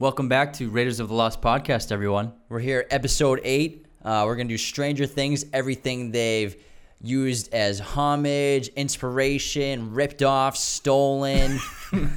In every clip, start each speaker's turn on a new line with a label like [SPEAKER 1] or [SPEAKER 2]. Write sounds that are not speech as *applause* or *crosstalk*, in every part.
[SPEAKER 1] Welcome back to Raiders of the Lost podcast, everyone.
[SPEAKER 2] We're here, episode eight. Uh, we're gonna do Stranger Things, everything they've used as homage, inspiration, ripped
[SPEAKER 1] *laughs*
[SPEAKER 2] off, stolen.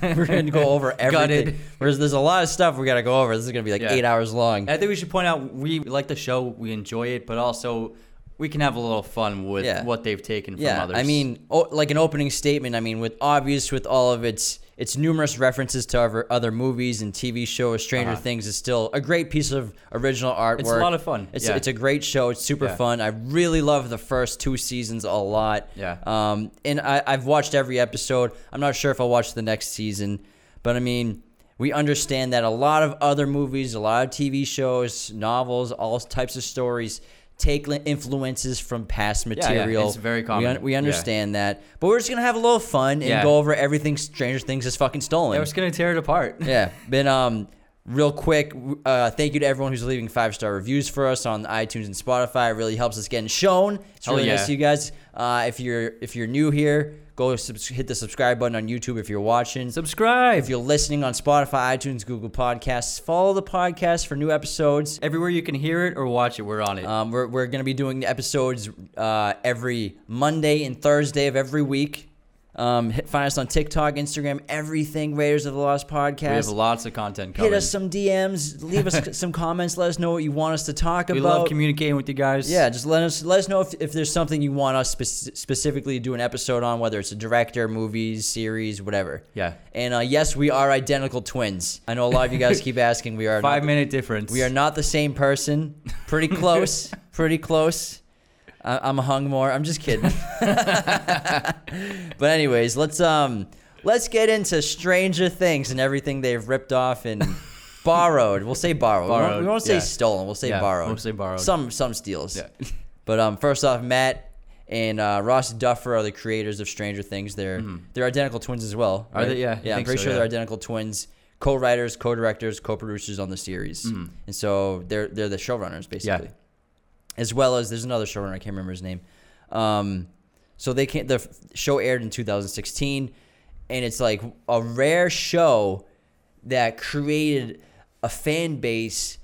[SPEAKER 2] we're gonna go over everything.
[SPEAKER 1] Gutted.
[SPEAKER 2] Whereas there's a lot of stuff we gotta go over. This is gonna be like
[SPEAKER 1] Yeah.
[SPEAKER 2] eight hours long.
[SPEAKER 1] I think we should point out we like the show, we enjoy it, but also we can have a little fun with
[SPEAKER 2] Yeah.
[SPEAKER 1] what they've taken from
[SPEAKER 2] yeah,
[SPEAKER 1] others.
[SPEAKER 2] I mean, o like an opening statement. I mean, with obvious, with all of its its numerous references to other, other movies and TV shows, Stranger
[SPEAKER 1] Uh-huh.
[SPEAKER 2] Things is still a great piece of original artwork.
[SPEAKER 1] It's a lot of fun.
[SPEAKER 2] It's
[SPEAKER 1] Yeah.
[SPEAKER 2] it's a great show. It's super
[SPEAKER 1] Yeah.
[SPEAKER 2] fun. I really love the first two seasons a lot.
[SPEAKER 1] Yeah.
[SPEAKER 2] Um, and I I've watched every episode. I'm not sure if I'll watch the next season, but I mean. We understand that a lot of other movies, a lot of TV shows, novels, all types of stories take li- influences from past
[SPEAKER 1] yeah,
[SPEAKER 2] material.
[SPEAKER 1] it's very
[SPEAKER 2] We
[SPEAKER 1] common.
[SPEAKER 2] un- We,
[SPEAKER 1] Yeah.
[SPEAKER 2] understand that, but we're just gonna have a little fun and
[SPEAKER 1] Yeah.
[SPEAKER 2] go over everything Stranger Things is fucking stolen.
[SPEAKER 1] yeah, we're just gonna tear it apart.
[SPEAKER 2] yeah, been um. Real quick, w- uh, thank you to everyone who's leaving five star reviews for us on iTunes and Spotify. It really helps us getting shown. It's
[SPEAKER 1] Hell
[SPEAKER 2] really
[SPEAKER 1] yeah.
[SPEAKER 2] nice to you guys. Uh, if you're if you're new here, go subs- hit the subscribe button on YouTube if you're watching.
[SPEAKER 1] Subscribe
[SPEAKER 2] if you're listening on Spotify, iTunes, Google Podcasts, follow the podcast for new episodes.
[SPEAKER 1] everywhere you can hear it or watch it. We're on it.
[SPEAKER 2] Um, we're we're gonna be doing the episodes uh, every Monday and Thursday of every week. Um, hit, find us on TikTok, Instagram, everything Raiders of the Lost
[SPEAKER 1] we have
[SPEAKER 2] podcast.
[SPEAKER 1] lots of content coming.
[SPEAKER 2] Hit us some DMs, leave
[SPEAKER 1] *laughs*
[SPEAKER 2] us some comments, let us know what you want us to talk
[SPEAKER 1] we
[SPEAKER 2] about.
[SPEAKER 1] love communicating with you guys.
[SPEAKER 2] yeah, just let us let us know if, if there's something you want us spec- specifically to do an episode on, whether it's a director, movies, series, whatever.
[SPEAKER 1] Yeah.
[SPEAKER 2] And uh, yes, we are identical twins. I know a lot of you
[SPEAKER 1] *laughs*
[SPEAKER 2] guys keep asking. We are
[SPEAKER 1] Five
[SPEAKER 2] not-
[SPEAKER 1] minute difference.
[SPEAKER 2] we are not the same person.
[SPEAKER 1] *laughs*
[SPEAKER 2] Pretty close. pretty close. I- I'm hung more. I'm just
[SPEAKER 1] *laughs*
[SPEAKER 2] kidding. but anyways, let's um let's get into Stranger Things and everything they've ripped
[SPEAKER 1] *laughs*
[SPEAKER 2] off and borrowed. We'll say borrowed. We won't-
[SPEAKER 1] Borrowed,
[SPEAKER 2] We, won't say
[SPEAKER 1] yeah.
[SPEAKER 2] stolen. We'll say
[SPEAKER 1] Yeah,
[SPEAKER 2] borrowed.
[SPEAKER 1] we'll say borrowed.
[SPEAKER 2] Some some steals.
[SPEAKER 1] Yeah.
[SPEAKER 2] But um, first off, Matt and uh, Ross Duffer are the creators of Stranger Things. They're they're identical twins as well.
[SPEAKER 1] Mm-hmm. Are they? Yeah, I
[SPEAKER 2] yeah. I'm
[SPEAKER 1] think
[SPEAKER 2] pretty
[SPEAKER 1] so,
[SPEAKER 2] sure
[SPEAKER 1] yeah.
[SPEAKER 2] they're identical twins, co-writers, co-directors, co-producers on the series, and so they're they're the showrunners basically, as well as there's another showrunner I can't remember his name. Um, so they can't. The f- show aired in 2016, and it's like a rare show that created a fan base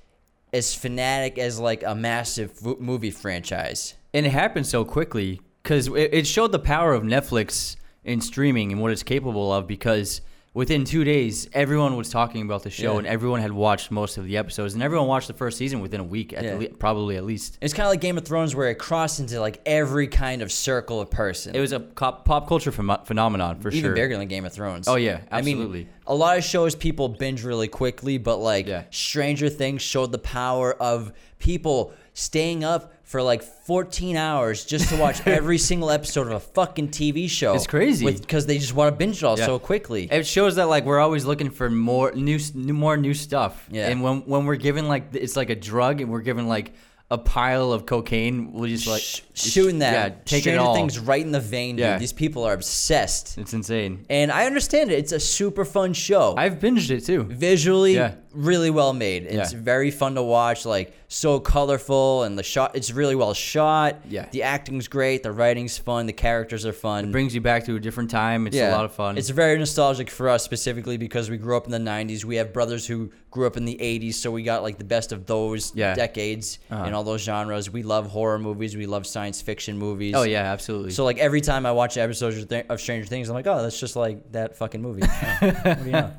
[SPEAKER 2] as fanatic as like a massive vo- movie franchise.
[SPEAKER 1] and it happened so quickly because it, it showed the power of Netflix in streaming and what it's capable of. Because within two days, everyone was talking about the show
[SPEAKER 2] Yeah.
[SPEAKER 1] and everyone had watched most of the episodes and everyone watched the first season within a week, at
[SPEAKER 2] Yeah.
[SPEAKER 1] le- probably at least.
[SPEAKER 2] It's kind of like Game of Thrones, where it crossed into like every kind of circle of person.
[SPEAKER 1] It was a cop, pop culture phenom phenomenon for
[SPEAKER 2] even
[SPEAKER 1] sure.
[SPEAKER 2] bigger than Game of Thrones.
[SPEAKER 1] Oh, yeah,
[SPEAKER 2] I
[SPEAKER 1] absolutely.
[SPEAKER 2] mean, a lot of shows people binge really quickly, but like
[SPEAKER 1] Yeah.
[SPEAKER 2] Stranger Things showed the power of people staying up for like 14 hours just to
[SPEAKER 1] *laughs*
[SPEAKER 2] watch every single episode of a fucking TV show.
[SPEAKER 1] It's crazy.
[SPEAKER 2] because they just want to binge it all
[SPEAKER 1] Yeah.
[SPEAKER 2] so quickly.
[SPEAKER 1] It shows that like we're always looking for more new, s- new more new stuff.
[SPEAKER 2] Yeah.
[SPEAKER 1] And when when we're given like th- it's like a drug and we're given like a pile of cocaine, we'll just like
[SPEAKER 2] Sh- shooting that,
[SPEAKER 1] Yeah, take
[SPEAKER 2] Stranger
[SPEAKER 1] it all.
[SPEAKER 2] Things right in the vein. Dude.
[SPEAKER 1] Yeah.
[SPEAKER 2] These people are obsessed,
[SPEAKER 1] It's insane.
[SPEAKER 2] and I understand it. It's a super fun show.
[SPEAKER 1] I've binged it too.
[SPEAKER 2] visually
[SPEAKER 1] Yeah.
[SPEAKER 2] really well made it's
[SPEAKER 1] Yeah.
[SPEAKER 2] very fun to watch like so colorful and the shot it's really well shot
[SPEAKER 1] Yeah.
[SPEAKER 2] the acting's great the writing's fun the characters are fun
[SPEAKER 1] brings you back to a different time. It's a lot of fun.
[SPEAKER 2] It's very nostalgic for us specifically because we grew up in the 90s. We have brothers who grew up in the 80s, so we got like the best of those
[SPEAKER 1] Yeah. Uh-huh.
[SPEAKER 2] decades and all those genres. We love horror movies, we love science fiction movies.
[SPEAKER 1] oh yeah, absolutely.
[SPEAKER 2] So like every time I watch episodes of, Th- of Stranger Things, I'm like, oh, that's just like that fucking
[SPEAKER 1] *laughs*
[SPEAKER 2] movie. Oh, what do you know?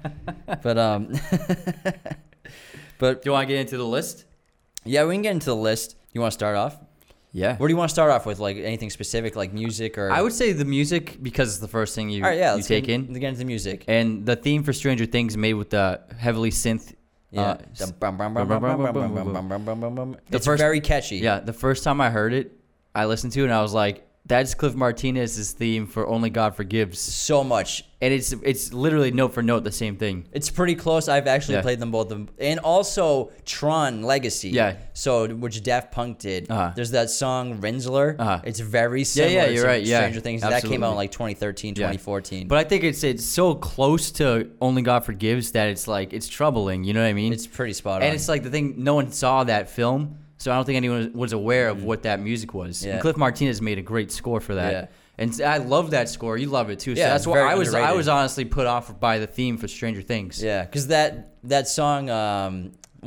[SPEAKER 2] But um, but
[SPEAKER 1] do you want to get into the list?
[SPEAKER 2] yeah, we can get into the list. You want to start off?
[SPEAKER 1] Yeah.
[SPEAKER 2] What do you want to start off with? Like anything specific, like music or?
[SPEAKER 1] I would say the music because it's the first thing you
[SPEAKER 2] All right, yeah.
[SPEAKER 1] you
[SPEAKER 2] let's
[SPEAKER 1] take
[SPEAKER 2] get,
[SPEAKER 1] in,
[SPEAKER 2] Let's get into the music.
[SPEAKER 1] and the theme for Stranger Things made with the heavily synth.
[SPEAKER 2] Yeah.
[SPEAKER 1] Uh,
[SPEAKER 2] The
[SPEAKER 1] s-
[SPEAKER 2] bum, bum, bum, bum, bum, bum, bum, bum, bum, bum, bum, bum.
[SPEAKER 1] The
[SPEAKER 2] It's
[SPEAKER 1] first-
[SPEAKER 2] very catchy.
[SPEAKER 1] yeah. The first time I heard it, I listened to it and I was like, "That's Cliff Martinez's theme for Only God Forgives,"
[SPEAKER 2] So much.
[SPEAKER 1] and it's it's literally note for note the same thing.
[SPEAKER 2] It's pretty close. I've actually
[SPEAKER 1] Yeah.
[SPEAKER 2] played them both, and also Tron Legacy.
[SPEAKER 1] Yeah.
[SPEAKER 2] So which Daft Punk did.
[SPEAKER 1] Uh-huh.
[SPEAKER 2] There's that song Rinsler.
[SPEAKER 1] Uh-huh.
[SPEAKER 2] It's very similar.
[SPEAKER 1] you're
[SPEAKER 2] to
[SPEAKER 1] right, yeah.
[SPEAKER 2] Stranger Things that came out in
[SPEAKER 1] Absolutely.
[SPEAKER 2] like 2013,
[SPEAKER 1] Yeah.
[SPEAKER 2] 2014.
[SPEAKER 1] But I think it's it's so close to Only God Forgives that it's like it's troubling. You know what I mean?
[SPEAKER 2] it's pretty spot on.
[SPEAKER 1] And it's like the thing, no one saw that film, so I don't think anyone was aware of what that music was. And
[SPEAKER 2] Mm. Yeah.
[SPEAKER 1] Cliff Martinez made a great score for that.
[SPEAKER 2] Yeah.
[SPEAKER 1] And I love that score. You love it too. So
[SPEAKER 2] Yeah,
[SPEAKER 1] that's why
[SPEAKER 2] very
[SPEAKER 1] I was I
[SPEAKER 2] underrated.
[SPEAKER 1] was honestly put off by the theme for Stranger Things.
[SPEAKER 2] Yeah, because that that song um,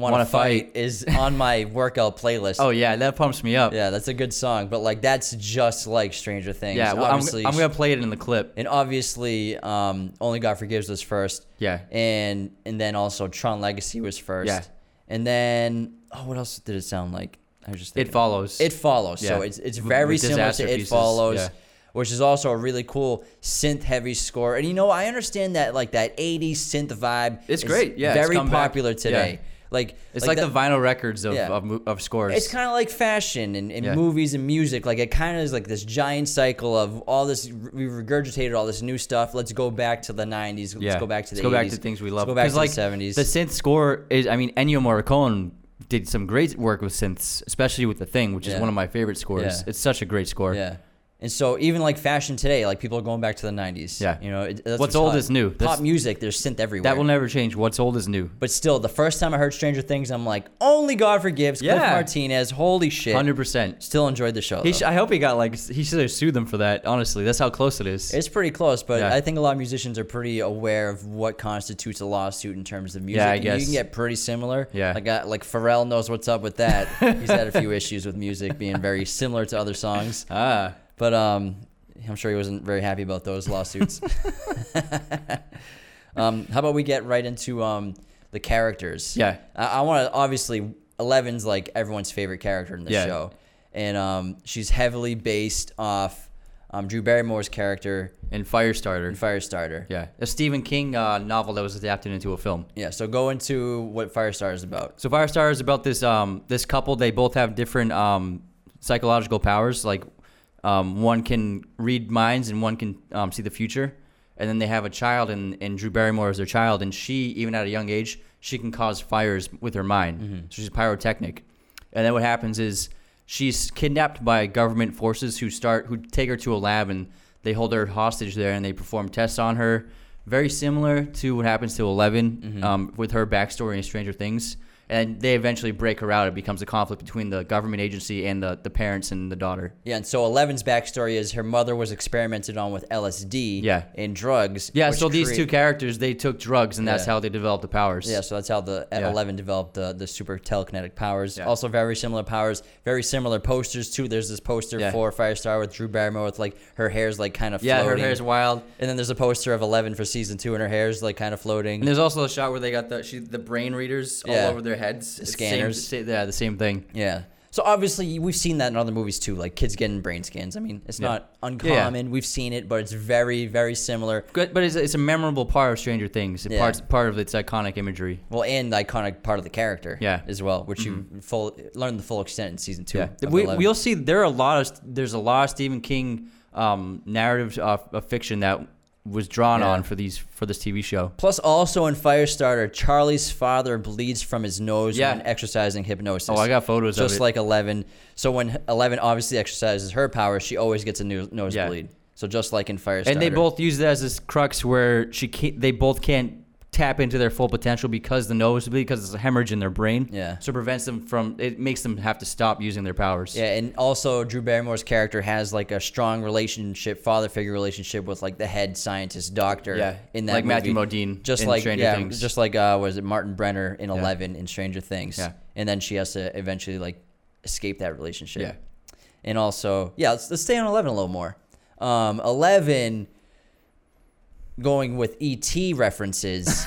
[SPEAKER 2] "Wanna,
[SPEAKER 1] Wanna
[SPEAKER 2] Fight,
[SPEAKER 1] Fight.
[SPEAKER 2] is on my workout playlist.
[SPEAKER 1] *laughs* Oh yeah, that pumps me up.
[SPEAKER 2] yeah, that's a good song, but like that's just like Stranger Things.
[SPEAKER 1] Yeah, well, I'm,
[SPEAKER 2] obviously,
[SPEAKER 1] I'm gonna play it in the clip.
[SPEAKER 2] and obviously, um, Only God Forgives was first.
[SPEAKER 1] Yeah.
[SPEAKER 2] and and then also Tron Legacy was first.
[SPEAKER 1] Yeah.
[SPEAKER 2] and then oh, what else did it sound like? I was
[SPEAKER 1] It
[SPEAKER 2] just thinking.
[SPEAKER 1] follows.
[SPEAKER 2] It follows. So
[SPEAKER 1] Yeah.
[SPEAKER 2] it's it's
[SPEAKER 1] With-
[SPEAKER 2] very
[SPEAKER 1] with
[SPEAKER 2] similar
[SPEAKER 1] disaster
[SPEAKER 2] to It
[SPEAKER 1] pieces,
[SPEAKER 2] Follows,
[SPEAKER 1] yeah.
[SPEAKER 2] which is also a really cool synth heavy score. And you know, I understand that like that 80s synth vibe.
[SPEAKER 1] It's
[SPEAKER 2] is
[SPEAKER 1] great, yeah, it's
[SPEAKER 2] very
[SPEAKER 1] come back,
[SPEAKER 2] popular today.
[SPEAKER 1] yeah.
[SPEAKER 2] Like
[SPEAKER 1] it's like,
[SPEAKER 2] that-
[SPEAKER 1] the vinyl records of
[SPEAKER 2] Yeah.
[SPEAKER 1] of, mo- of scores.
[SPEAKER 2] it's kind of like fashion and, and
[SPEAKER 1] Yeah.
[SPEAKER 2] movies and music. Like it kind of is like this giant cycle of all this. We regurgitated all this new stuff. Let's go back to the '90s. Let's
[SPEAKER 1] yeah.
[SPEAKER 2] go back to the
[SPEAKER 1] Let's go back
[SPEAKER 2] 80s.
[SPEAKER 1] to things we
[SPEAKER 2] Let's
[SPEAKER 1] love.
[SPEAKER 2] go back
[SPEAKER 1] 'Cause,
[SPEAKER 2] to
[SPEAKER 1] like,
[SPEAKER 2] the '70s.
[SPEAKER 1] The synth score is. I mean, Ennio Morricone did some great work with synths, especially with the thing, which
[SPEAKER 2] Yeah.
[SPEAKER 1] is one of my favorite scores.
[SPEAKER 2] Yeah.
[SPEAKER 1] It's such a great score.
[SPEAKER 2] Yeah. And so even like fashion today, like people are going back to the '90s.
[SPEAKER 1] Yeah.
[SPEAKER 2] You know, it, that's
[SPEAKER 1] What's old
[SPEAKER 2] hot.
[SPEAKER 1] is new. That's-
[SPEAKER 2] Pop music, there's synth everywhere.
[SPEAKER 1] That will never change. What's old is new.
[SPEAKER 2] But still, the first time I heard Stranger Things, I'm like, only God forgives. Cliff
[SPEAKER 1] Yeah.
[SPEAKER 2] Martinez, holy shit.
[SPEAKER 1] Hundred percent.
[SPEAKER 2] Still enjoyed the show.
[SPEAKER 1] He
[SPEAKER 2] though.
[SPEAKER 1] sh- I hope he got like s- he should have sued them for that. Honestly, that's how close it is.
[SPEAKER 2] it's pretty close, but
[SPEAKER 1] Yeah.
[SPEAKER 2] I think a lot of musicians are pretty aware of what constitutes a lawsuit in terms of music.
[SPEAKER 1] Yeah, I
[SPEAKER 2] and You
[SPEAKER 1] guess.
[SPEAKER 2] can get pretty similar.
[SPEAKER 1] Yeah.
[SPEAKER 2] Like, I, like Pharrell knows what's up with
[SPEAKER 1] *laughs*
[SPEAKER 2] that. He's had a few issues with music being very similar to other songs.
[SPEAKER 1] ah,
[SPEAKER 2] But um, I'm sure he wasn't very happy about those lawsuits.
[SPEAKER 1] *laughs*
[SPEAKER 2] *laughs* um, how about we get right into um, the characters?
[SPEAKER 1] Yeah.
[SPEAKER 2] I, I want to obviously Eleven's like everyone's favorite character in the
[SPEAKER 1] Yeah.
[SPEAKER 2] show, and um, she's heavily based off um, Drew Barrymore's character
[SPEAKER 1] and
[SPEAKER 2] in
[SPEAKER 1] Firestarter.
[SPEAKER 2] Firestarter.
[SPEAKER 1] Yeah, a Stephen King uh, novel that was adapted into a film.
[SPEAKER 2] Yeah, So go into what Firestarter is about.
[SPEAKER 1] So Firestar is about this um this couple. They both have different um psychological powers. Like um one can read minds and one can um, see the future. And then they have a child, and, and Drew Barrymore is their child. And she, even at a young age, she can cause fires with her mind.
[SPEAKER 2] Mm-hmm.
[SPEAKER 1] So she's pyrotechnic. And then what happens is she's kidnapped by government forces who start who take her to a lab and they hold her hostage there and they perform tests on her. Very similar to what happens to 11 um, with her backstory in Stranger Things. And they eventually break her out. It becomes a conflict between the government agency and the, the parents and the daughter.
[SPEAKER 2] Yeah, and so Eleven's backstory is her mother was experimented on with LSD
[SPEAKER 1] Yeah.
[SPEAKER 2] and drugs.
[SPEAKER 1] Yeah,
[SPEAKER 2] which
[SPEAKER 1] so these
[SPEAKER 2] create-
[SPEAKER 1] two characters, they took drugs and that's
[SPEAKER 2] Yeah.
[SPEAKER 1] how they developed the powers.
[SPEAKER 2] Yeah, so that's how the at
[SPEAKER 1] Yeah.
[SPEAKER 2] 11 developed the, the super telekinetic powers.
[SPEAKER 1] Yeah.
[SPEAKER 2] Also, very similar powers, very similar posters too. There's this poster
[SPEAKER 1] Yeah.
[SPEAKER 2] for Firestar with Drew Barrymore with like her hair's like kind of
[SPEAKER 1] Yeah, her
[SPEAKER 2] floating.
[SPEAKER 1] hair's wild.
[SPEAKER 2] and then there's a poster of 11 for season two, and her hair's like kind of floating.
[SPEAKER 1] And there's also a shot where they got the she, the brain readers
[SPEAKER 2] Yeah.
[SPEAKER 1] all over their heads. It's same-
[SPEAKER 2] scanners.
[SPEAKER 1] sa- yeah, the same thing.
[SPEAKER 2] yeah. So obviously we've seen that in other movies too, like kids getting brain scans. I mean, it's
[SPEAKER 1] Yeah.
[SPEAKER 2] not uncommon. We've seen it, but it's very, very similar.
[SPEAKER 1] Good, but it's, it's a memorable part of Stranger Things. It
[SPEAKER 2] Yeah.
[SPEAKER 1] Part part of its iconic imagery.
[SPEAKER 2] Well, and the iconic part of the character,
[SPEAKER 1] Yeah. Mm-hmm.
[SPEAKER 2] as well, which you full learn the full extent in season two.
[SPEAKER 1] Yeah,
[SPEAKER 2] of
[SPEAKER 1] we
[SPEAKER 2] 11.
[SPEAKER 1] we'll see. There are a lot of there's a lot of Stephen King um, narratives of, of fiction that was drawn
[SPEAKER 2] Yeah.
[SPEAKER 1] on for these for this TV show.
[SPEAKER 2] Plus, also in Firestarter, Charlie's father bleeds from his nose
[SPEAKER 1] Yeah.
[SPEAKER 2] when exercising hypnosis.
[SPEAKER 1] Oh, I got photos of
[SPEAKER 2] just
[SPEAKER 1] it.
[SPEAKER 2] like Eleven. So when Eleven obviously exercises her power, she always gets a no- nosebleed. So just like in Firestarter,
[SPEAKER 1] and they both use it as this crux where she can't, they both can't tap into their full potential because the nosebleed because it's a hemorrhage in their brain.
[SPEAKER 2] Yeah.
[SPEAKER 1] so it prevents them from it makes them have to stop using their powers.
[SPEAKER 2] Yeah, and also Drew Barrymore's character has like a strong relationship, father figure relationship with like the head scientist doctor.
[SPEAKER 1] Yeah,
[SPEAKER 2] in that
[SPEAKER 1] like Matthew
[SPEAKER 2] movie.
[SPEAKER 1] Modine
[SPEAKER 2] just
[SPEAKER 1] in
[SPEAKER 2] like
[SPEAKER 1] Stranger
[SPEAKER 2] yeah,
[SPEAKER 1] Things.
[SPEAKER 2] just like uh, was it Martin Brenner in Eleven in Stranger Things?
[SPEAKER 1] Yeah.
[SPEAKER 2] and then she has to eventually like escape that relationship.
[SPEAKER 1] Yeah.
[SPEAKER 2] and also yeah, let's, let's stay on Eleven a little more. Um, Eleven going with ET
[SPEAKER 1] *laughs*
[SPEAKER 2] references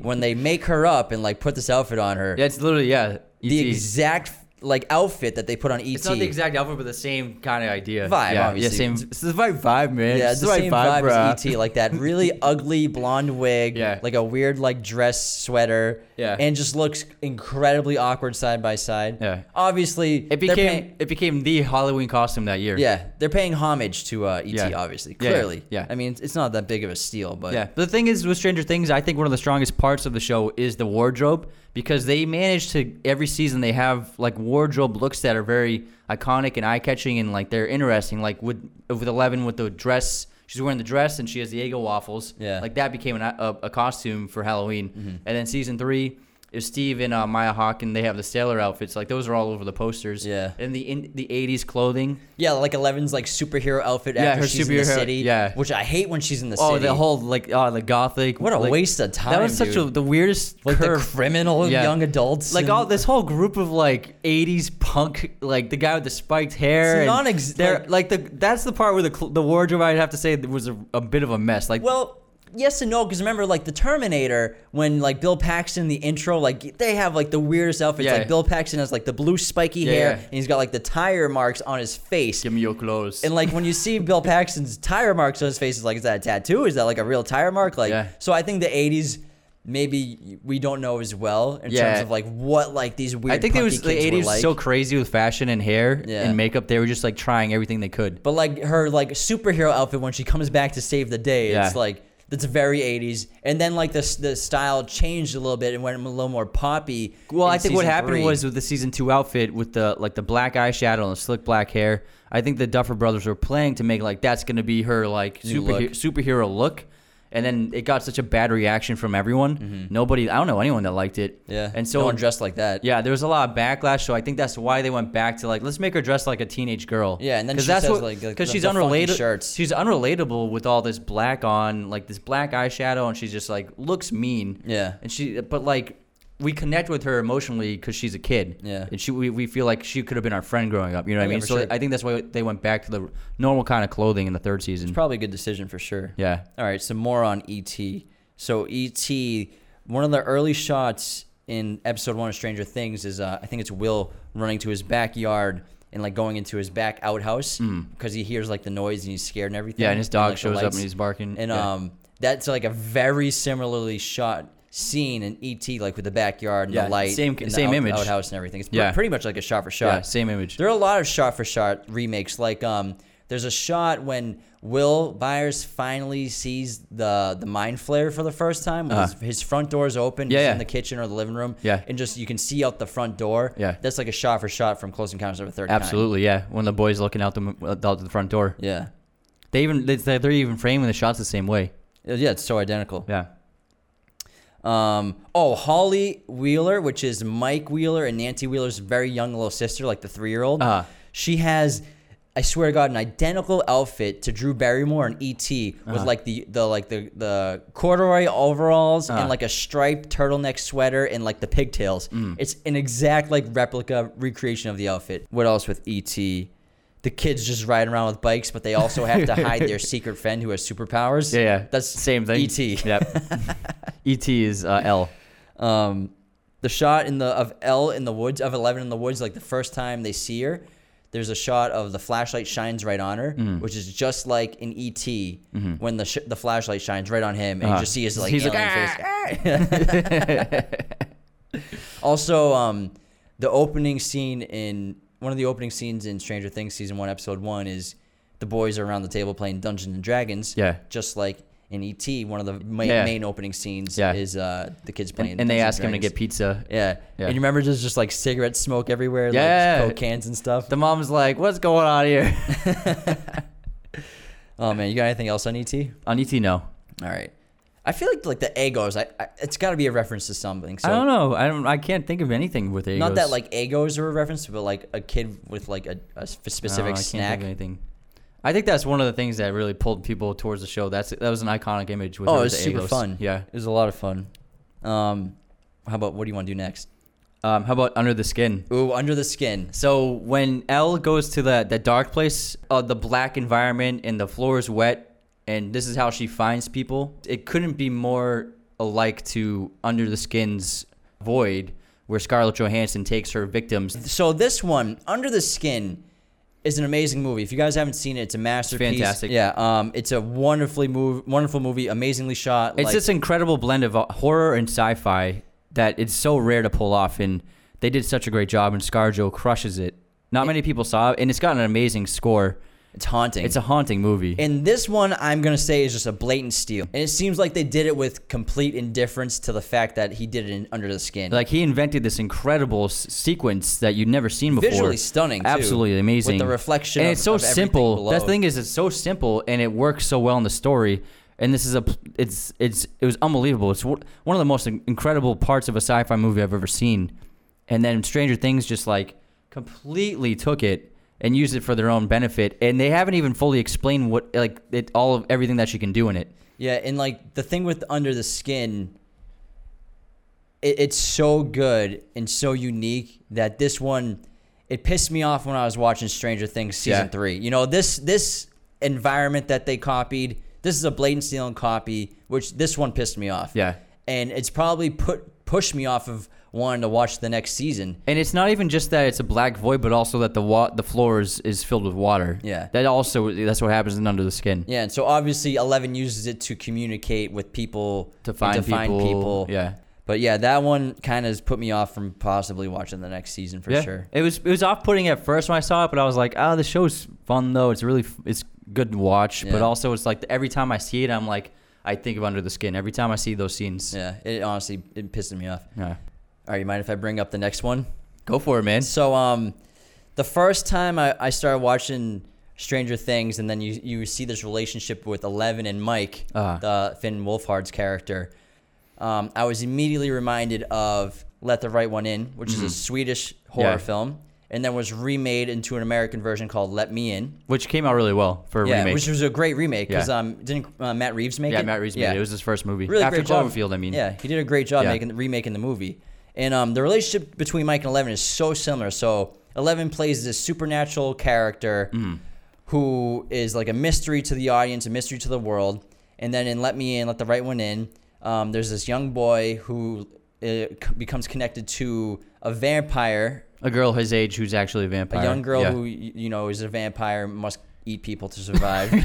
[SPEAKER 2] when they make her up and like put this outfit on her.
[SPEAKER 1] yeah, it's literally yeah. E
[SPEAKER 2] The
[SPEAKER 1] ET.
[SPEAKER 2] exact like outfit that they put on E ET.
[SPEAKER 1] It's not the exact outfit, but the same kind of idea.
[SPEAKER 2] Vibe,
[SPEAKER 1] yeah,
[SPEAKER 2] obviously.
[SPEAKER 1] Yeah, same. It's the right vibe, man.
[SPEAKER 2] Yeah,
[SPEAKER 1] it's
[SPEAKER 2] it's the same vibe, as E
[SPEAKER 1] bruh.
[SPEAKER 2] ET, like
[SPEAKER 1] *laughs*
[SPEAKER 2] that really ugly blonde wig,
[SPEAKER 1] Yeah.
[SPEAKER 2] like a weird like dress sweater,
[SPEAKER 1] Yeah.
[SPEAKER 2] and just looks incredibly awkward side by side.
[SPEAKER 1] Yeah.
[SPEAKER 2] obviously
[SPEAKER 1] It
[SPEAKER 2] they're
[SPEAKER 1] became
[SPEAKER 2] paying,
[SPEAKER 1] it became the Halloween costume that year.
[SPEAKER 2] yeah, they're paying homage to uh, ET,
[SPEAKER 1] Yeah.
[SPEAKER 2] obviously,
[SPEAKER 1] Yeah, yeah,
[SPEAKER 2] clearly.
[SPEAKER 1] yeah.
[SPEAKER 2] I mean, it's, it's not that big of a steal, but
[SPEAKER 1] Yeah. But the thing is with Stranger Things, I think one of the strongest parts of the show is the wardrobe because they manage to every season they have like wardrobe looks that are very iconic and eye-catching and like they're interesting like with with 11 with the dress She's wearing the dress and she has the Eggo waffles.
[SPEAKER 2] Yeah. Mm-hmm.
[SPEAKER 1] Like that became an, a, a costume for Halloween. And then season three, if Steve and uh, Maya Hawken they have the sailor outfits, like those are all over the posters.
[SPEAKER 2] Yeah.
[SPEAKER 1] And the in the '80s clothing.
[SPEAKER 2] Yeah, like Eleven's like superhero outfit
[SPEAKER 1] Yeah,
[SPEAKER 2] after
[SPEAKER 1] her
[SPEAKER 2] she's in the
[SPEAKER 1] superhero-
[SPEAKER 2] city.
[SPEAKER 1] yeah.
[SPEAKER 2] which I hate when she's in the
[SPEAKER 1] Oh,
[SPEAKER 2] city.
[SPEAKER 1] the whole like oh the gothic.
[SPEAKER 2] what a
[SPEAKER 1] like-
[SPEAKER 2] waste of time.
[SPEAKER 1] That was such a,
[SPEAKER 2] dude.
[SPEAKER 1] the weirdest
[SPEAKER 2] like
[SPEAKER 1] curve.
[SPEAKER 2] the criminal
[SPEAKER 1] Yeah.
[SPEAKER 2] young adults.
[SPEAKER 1] like
[SPEAKER 2] and-
[SPEAKER 1] all this whole group of like '80s punk, like the guy with the spiked hair.
[SPEAKER 2] It's
[SPEAKER 1] and
[SPEAKER 2] non-ex-
[SPEAKER 1] they're-
[SPEAKER 2] like-
[SPEAKER 1] like, the that's the part where the cl- the wardrobe I'd have to say that was a, a bit of a mess. Like
[SPEAKER 2] Well, yes and no, because remember, like the Terminator, when like Bill Paxton the intro, like they have like the weirdest outfits.
[SPEAKER 1] Yeah.
[SPEAKER 2] Like Bill Paxton has like the blue spiky
[SPEAKER 1] Yeah,
[SPEAKER 2] hair,
[SPEAKER 1] yeah.
[SPEAKER 2] and he's got like the tire marks on his face.
[SPEAKER 1] give me your clothes.
[SPEAKER 2] And like when you see Bill Paxton's tire marks on his face, it's like, is that a tattoo? Is that like a real tire mark? Like,
[SPEAKER 1] Yeah.
[SPEAKER 2] so I think the '80s. Maybe we don't know as well in
[SPEAKER 1] Yeah.
[SPEAKER 2] terms of like what like these
[SPEAKER 1] I
[SPEAKER 2] weird.
[SPEAKER 1] think it
[SPEAKER 2] punky
[SPEAKER 1] was the
[SPEAKER 2] kids were
[SPEAKER 1] '80s
[SPEAKER 2] like.
[SPEAKER 1] so crazy with fashion and hair
[SPEAKER 2] Yeah.
[SPEAKER 1] and makeup. They were just like trying everything they could.
[SPEAKER 2] But like her like superhero outfit when she comes back to save the day, it's
[SPEAKER 1] Yeah.
[SPEAKER 2] like that's very 80s. And then like the s- the style changed a little bit and went a little more poppy.
[SPEAKER 1] Well,
[SPEAKER 2] in
[SPEAKER 1] I think what
[SPEAKER 2] season
[SPEAKER 1] happened
[SPEAKER 2] three.
[SPEAKER 1] was with the season two outfit with the like the black eyeshadow and the slick black hair. I think the Duffer Brothers were playing to make like that's gonna be her like
[SPEAKER 2] New
[SPEAKER 1] superhe-
[SPEAKER 2] look.
[SPEAKER 1] superhero look, and then it got such a bad reaction from everyone. Nobody, I don't know anyone that liked it.
[SPEAKER 2] Mm-hmm. yeah,
[SPEAKER 1] and so
[SPEAKER 2] no one dressed like that.
[SPEAKER 1] yeah, there was a lot of backlash. So I think that's why they went back to like let's make her dress like a teenage girl.
[SPEAKER 2] Yeah, and then
[SPEAKER 1] 'Cause
[SPEAKER 2] she says, like, the- the-
[SPEAKER 1] she's
[SPEAKER 2] the funky
[SPEAKER 1] unrelated.
[SPEAKER 2] shirts.
[SPEAKER 1] She's unrelatable with all this black on, like this black eyeshadow, and she's just like looks mean
[SPEAKER 2] yeah,
[SPEAKER 1] and she but like we connect with her emotionally because she's a kid
[SPEAKER 2] Yeah.
[SPEAKER 1] and she we, we feel like she could have been our friend growing up you know what
[SPEAKER 2] Yeah,
[SPEAKER 1] i mean
[SPEAKER 2] for
[SPEAKER 1] so
[SPEAKER 2] sure.
[SPEAKER 1] i think that's why they went back to the normal kind of clothing in the third season
[SPEAKER 2] probably a good decision for sure.
[SPEAKER 1] yeah
[SPEAKER 2] All right, some more on ET. So ET, one of the early shots in episode one of Stranger Things is uh, I think it's Will running to his backyard and like going into his back outhouse because he hears like the noise and he's scared and everything.
[SPEAKER 1] Mm. yeah and his dog
[SPEAKER 2] like, the
[SPEAKER 1] shows up
[SPEAKER 2] lights.
[SPEAKER 1] and he's barking
[SPEAKER 2] And
[SPEAKER 1] yeah.
[SPEAKER 2] um, that's like a very similarly shot scene in ET, like with the backyard and
[SPEAKER 1] Yeah,
[SPEAKER 2] the light,
[SPEAKER 1] same-
[SPEAKER 2] and the
[SPEAKER 1] same
[SPEAKER 2] out-
[SPEAKER 1] image.
[SPEAKER 2] outhouse and everything. It's pre-
[SPEAKER 1] Yeah.
[SPEAKER 2] pretty much like a shot for shot.
[SPEAKER 1] yeah same image
[SPEAKER 2] There are a lot of shot for shot remakes. Like um, there's a shot when Will Byers finally sees the the mind flare for the first time. when His, his front door is open.
[SPEAKER 1] Uh-huh. Yeah,
[SPEAKER 2] he's
[SPEAKER 1] yeah.
[SPEAKER 2] in the kitchen or the living room.
[SPEAKER 1] Yeah.
[SPEAKER 2] and just you can see out the front door.
[SPEAKER 1] Yeah.
[SPEAKER 2] that's like a shot for shot from Close Encounters of the Third Kind.
[SPEAKER 1] absolutely yeah when the boys looking out the m- uh, out the front door
[SPEAKER 2] Yeah,
[SPEAKER 1] they even they, they're even framing the shots the same way
[SPEAKER 2] yeah, it's so identical.
[SPEAKER 1] yeah
[SPEAKER 2] Um, oh, Holly Wheeler, which is Mike Wheeler and Nancy Wheeler's very young little sister, like the three year old.
[SPEAKER 1] Uh-huh.
[SPEAKER 2] She has, I swear to God, an identical outfit to Drew Barrymore and ET with
[SPEAKER 1] Uh-huh.
[SPEAKER 2] like the the like the the corduroy overalls and
[SPEAKER 1] Uh-huh.
[SPEAKER 2] like a striped turtleneck sweater and like the pigtails.
[SPEAKER 1] Mm.
[SPEAKER 2] It's an exact like replica recreation of the outfit. What else with ET? The kids just riding around with bikes, but they also
[SPEAKER 1] *laughs*
[SPEAKER 2] have to hide their secret friend who has superpowers.
[SPEAKER 1] yeah yeah
[SPEAKER 2] That's E
[SPEAKER 1] same thing
[SPEAKER 2] E.T..
[SPEAKER 1] *laughs* yep
[SPEAKER 2] *laughs*
[SPEAKER 1] et is uh, l
[SPEAKER 2] um, the shot in the of Elle in the woods of Eleven in the woods, like the first time they see her, there's a shot of the flashlight shines right on her,
[SPEAKER 1] Mm.
[SPEAKER 2] which is just like in ET when the sh- the flashlight shines right on him, and you
[SPEAKER 1] Mm-hmm. Uh-huh.
[SPEAKER 2] just see his like
[SPEAKER 1] He's like, "Ah!" *laughs*
[SPEAKER 2] alien face. *laughs* also, um, the opening scene in one of the opening scenes in Stranger Things season one episode one is the boys are around the table playing Dungeons and Dragons.
[SPEAKER 1] Yeah.
[SPEAKER 2] just like. In ET, one of the ma-
[SPEAKER 1] Yeah.
[SPEAKER 2] main opening scenes
[SPEAKER 1] Yeah.
[SPEAKER 2] is uh, the kids playing,
[SPEAKER 1] and, and they
[SPEAKER 2] Dungeons
[SPEAKER 1] ask him to get
[SPEAKER 2] Dragons.
[SPEAKER 1] pizza
[SPEAKER 2] Yeah.
[SPEAKER 1] Yeah.
[SPEAKER 2] and you remember just just like cigarette smoke everywhere,
[SPEAKER 1] Yeah.
[SPEAKER 2] like Coke cans and stuff.
[SPEAKER 1] the mom's like what's going on here
[SPEAKER 2] *laughs* Oh man, you got anything else on ET?
[SPEAKER 1] on et no
[SPEAKER 2] All right, I feel like like the Egos, I, I it's got to be a reference to something. So
[SPEAKER 1] I don't know. I don't. I can't think of anything with egos.
[SPEAKER 2] not that like Egos are a reference, but like a kid with like a, a sp-
[SPEAKER 1] No, I
[SPEAKER 2] specific
[SPEAKER 1] can't
[SPEAKER 2] snack.
[SPEAKER 1] Think of anything. I think that's one of the things that really pulled people towards the show. That's that was an iconic image. With
[SPEAKER 2] Oh,
[SPEAKER 1] her
[SPEAKER 2] it
[SPEAKER 1] with
[SPEAKER 2] was
[SPEAKER 1] the
[SPEAKER 2] super
[SPEAKER 1] egos.
[SPEAKER 2] fun.
[SPEAKER 1] Yeah.
[SPEAKER 2] It was a lot of fun. Um, how about what do you want to do next?
[SPEAKER 1] Um, how about under the skin?
[SPEAKER 2] Ooh, under the skin.
[SPEAKER 1] So when Elle goes to the the dark place, uh, the black environment, and the floor is wet, and this is how she finds people. It couldn't be more alike to Under the Skin's Void, where Scarlett Johansson takes her victims.
[SPEAKER 2] So this one, Under the Skin, is an amazing movie. If you guys haven't seen it, it's a masterpiece.
[SPEAKER 1] fantastic.
[SPEAKER 2] Yeah. Um, it's a wonderfully move, wonderful movie, amazingly shot.
[SPEAKER 1] It's
[SPEAKER 2] like-
[SPEAKER 1] this incredible blend of uh, horror and sci-fi that it's so rare to pull off, and they did such a great job. And ScarJo crushes it. Not many people saw it, and it's got an amazing score.
[SPEAKER 2] It's haunting.
[SPEAKER 1] It's a haunting movie.
[SPEAKER 2] and this one I'm gonna say is just a blatant steal. And it seems like they did it with complete indifference to the fact that he did it in under the skin.
[SPEAKER 1] like he invented this incredible s- sequence that you'd never seen before.
[SPEAKER 2] Visually stunning, too.
[SPEAKER 1] absolutely amazing.
[SPEAKER 2] With the reflection
[SPEAKER 1] and
[SPEAKER 2] of-
[SPEAKER 1] it's so
[SPEAKER 2] of everything
[SPEAKER 1] simple.
[SPEAKER 2] below.
[SPEAKER 1] That thing is, it's so simple, and it works so well in the story. and this is a it's it's it was unbelievable. It's one of the most incredible parts of a sci-fi movie I've ever seen. And then Stranger Things just like completely took it and used it for their own benefit, and they haven't even fully explained what like it all of everything that she can do in it.
[SPEAKER 2] Yeah, and like the thing with Under the Skin, it, it's so good and so unique that this one, it pissed me off when I was watching Stranger Things season
[SPEAKER 1] Yeah.
[SPEAKER 2] three. You know this this environment that they copied. This is a blatant stealing copy, which this one pissed me off.
[SPEAKER 1] Yeah.
[SPEAKER 2] and it's probably put pushed me off of wanting to watch the next season.
[SPEAKER 1] And it's not even just that it's a black void, but also that the wa- the floor is, is filled with water.
[SPEAKER 2] Yeah.
[SPEAKER 1] That also that's what happens in Under the Skin.
[SPEAKER 2] Yeah, and so obviously Eleven uses it to communicate with people
[SPEAKER 1] To
[SPEAKER 2] and
[SPEAKER 1] find people, yeah.
[SPEAKER 2] But yeah, that one kind of put me off from possibly watching the next season for
[SPEAKER 1] yeah.
[SPEAKER 2] sure.
[SPEAKER 1] It was it was off putting at first when I saw it, but I was like, oh, the show's fun though. It's really f- it's good to watch,
[SPEAKER 2] Yeah.
[SPEAKER 1] but also it's like every time I see it, I'm like, I think of Under the Skin. Every time I see those scenes.
[SPEAKER 2] Yeah, it honestly it pissed me off.
[SPEAKER 1] Yeah.
[SPEAKER 2] All right, you mind if I bring up the next one?
[SPEAKER 1] Go for it, man.
[SPEAKER 2] So um, the first time I, I started watching Stranger Things, and then you you see this relationship with Eleven and Mike,
[SPEAKER 1] Ah.
[SPEAKER 2] the Finn Wolfhard's character. Um, I was immediately reminded of Let the Right One In, which is a Swedish horror
[SPEAKER 1] Mm-hmm. Yeah.
[SPEAKER 2] film, and then was remade into an American version called Let Me In.
[SPEAKER 1] Which came out really well for a
[SPEAKER 2] yeah,
[SPEAKER 1] remake.
[SPEAKER 2] which was a great remake because
[SPEAKER 1] Yeah.
[SPEAKER 2] um, didn't uh, Matt Reeves make
[SPEAKER 1] yeah,
[SPEAKER 2] it?
[SPEAKER 1] Matt Reeves made it. It was his first movie
[SPEAKER 2] Really
[SPEAKER 1] after
[SPEAKER 2] great job.
[SPEAKER 1] Cloverfield. I mean,
[SPEAKER 2] Yeah, he did a great job
[SPEAKER 1] Yeah.
[SPEAKER 2] making the, remaking the movie. And um, the relationship between Mike and Eleven is so similar. So Eleven plays this supernatural character
[SPEAKER 1] Mm-hmm.
[SPEAKER 2] who is like a mystery to the audience, a mystery to the world. And then in Let Me In, Let the Right One In, um, there's this young boy who uh, c- becomes connected to a vampire,
[SPEAKER 1] a girl his age who's actually a vampire.
[SPEAKER 2] a young girl
[SPEAKER 1] Yeah. *laughs*
[SPEAKER 2] who y- you know is a vampire, must eat people to survive. *laughs* and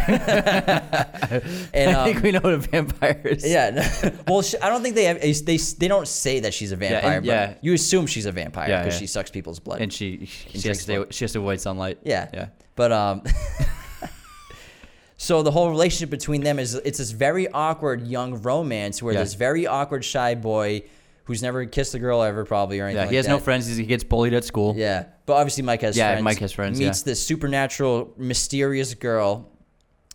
[SPEAKER 1] I
[SPEAKER 2] um,
[SPEAKER 1] think we know what a vampire is.
[SPEAKER 2] yeah. *laughs* well, she, I don't think they have. They they don't say that she's a vampire,
[SPEAKER 1] and- yeah.
[SPEAKER 2] but you assume she's a vampire
[SPEAKER 1] Yeah,
[SPEAKER 2] because
[SPEAKER 1] yeah.
[SPEAKER 2] she sucks people's blood.
[SPEAKER 1] and she she has
[SPEAKER 2] drinks
[SPEAKER 1] to stay,
[SPEAKER 2] blood.
[SPEAKER 1] she has to avoid sunlight.
[SPEAKER 2] yeah.
[SPEAKER 1] yeah.
[SPEAKER 2] But um. *laughs* So the whole relationship between them is it's this very awkward young romance where
[SPEAKER 1] Yeah.
[SPEAKER 2] this very awkward shy boy who's never kissed a girl ever probably or anything
[SPEAKER 1] Yeah,
[SPEAKER 2] like
[SPEAKER 1] he has no
[SPEAKER 2] that.
[SPEAKER 1] friends. He's, he gets bullied at school.
[SPEAKER 2] Yeah, but obviously Mike has
[SPEAKER 1] Yeah,
[SPEAKER 2] friends.
[SPEAKER 1] Mike has friends,
[SPEAKER 2] Meets this supernatural, mysterious girl,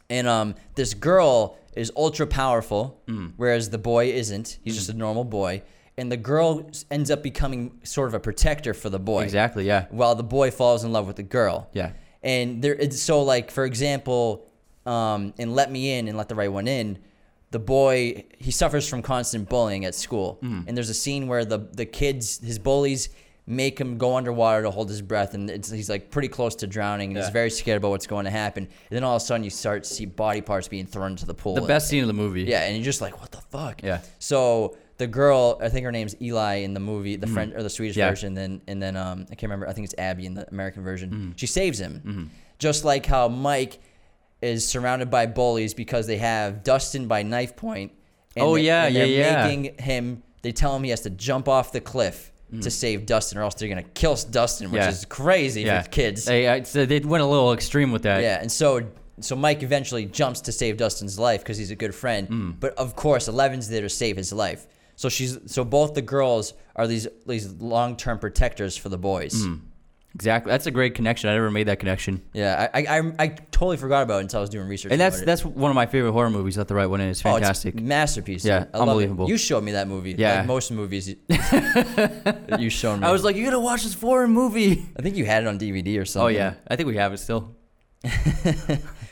[SPEAKER 2] and um, this girl is ultra powerful,
[SPEAKER 1] Hmm.
[SPEAKER 2] whereas the boy isn't. He's just a normal boy, and the girl s- ends up becoming sort of a protector for the boy.
[SPEAKER 1] exactly. Yeah,
[SPEAKER 2] While the boy falls in love with the girl.
[SPEAKER 1] Yeah.
[SPEAKER 2] And there, it's so like for example, um, in Let Me In and Let the Right One In. The boy he suffers from constant bullying at school,
[SPEAKER 1] Mm.
[SPEAKER 2] and there's a scene where the the kids his bullies make him go underwater to hold his breath, and it's, he's like pretty close to drowning, and he's
[SPEAKER 1] Yeah.
[SPEAKER 2] very scared about what's going to happen. And then all of a sudden, you start to see body parts being thrown into the pool.
[SPEAKER 1] the best scene of the movie.
[SPEAKER 2] Yeah, and you're just like, what the fuck?
[SPEAKER 1] Yeah.
[SPEAKER 2] So the girl, I think her name's Eli in the movie, the French or the Swedish
[SPEAKER 1] Mm. Yeah.
[SPEAKER 2] version, then and then um, I can't remember. I think it's Abby in the American version.
[SPEAKER 1] Mm.
[SPEAKER 2] She saves him,
[SPEAKER 1] Mm-hmm.
[SPEAKER 2] just like how Mike is surrounded by bullies because they have Dustin by knife point. And
[SPEAKER 1] Oh,
[SPEAKER 2] they-
[SPEAKER 1] yeah,
[SPEAKER 2] and they're
[SPEAKER 1] yeah, yeah.
[SPEAKER 2] Making him, they tell him he has to jump off the cliff. To save Dustin, or else they're gonna kill Dustin, which
[SPEAKER 1] Mm. Yeah.
[SPEAKER 2] is crazy
[SPEAKER 1] yeah.
[SPEAKER 2] for kids.
[SPEAKER 1] They, I- so they went a little extreme with that.
[SPEAKER 2] Yeah, and so so Mike eventually jumps to save Dustin's life because he's a good friend.
[SPEAKER 1] Mm.
[SPEAKER 2] But of course, Eleven's there to save his life. So she's so both the girls are these these long term protectors for the boys.
[SPEAKER 1] Mm. exactly. That's a great connection. I never made that connection.
[SPEAKER 2] Yeah, I, I I I totally forgot about it until I was doing research.
[SPEAKER 1] And that's
[SPEAKER 2] about it.
[SPEAKER 1] that's one of my favorite horror movies. Not the right one. And it's
[SPEAKER 2] Oh, it's
[SPEAKER 1] fantastic.
[SPEAKER 2] masterpiece.
[SPEAKER 1] Yeah,
[SPEAKER 2] dude. I love it.
[SPEAKER 1] unbelievable.
[SPEAKER 2] You showed me that movie.
[SPEAKER 1] Yeah.
[SPEAKER 2] like most
[SPEAKER 1] *laughs*
[SPEAKER 2] movies you- you showed me.
[SPEAKER 1] I was like, you gotta watch this foreign movie.
[SPEAKER 2] I think you had it on DVD or something.
[SPEAKER 1] Oh yeah, I think we have it still.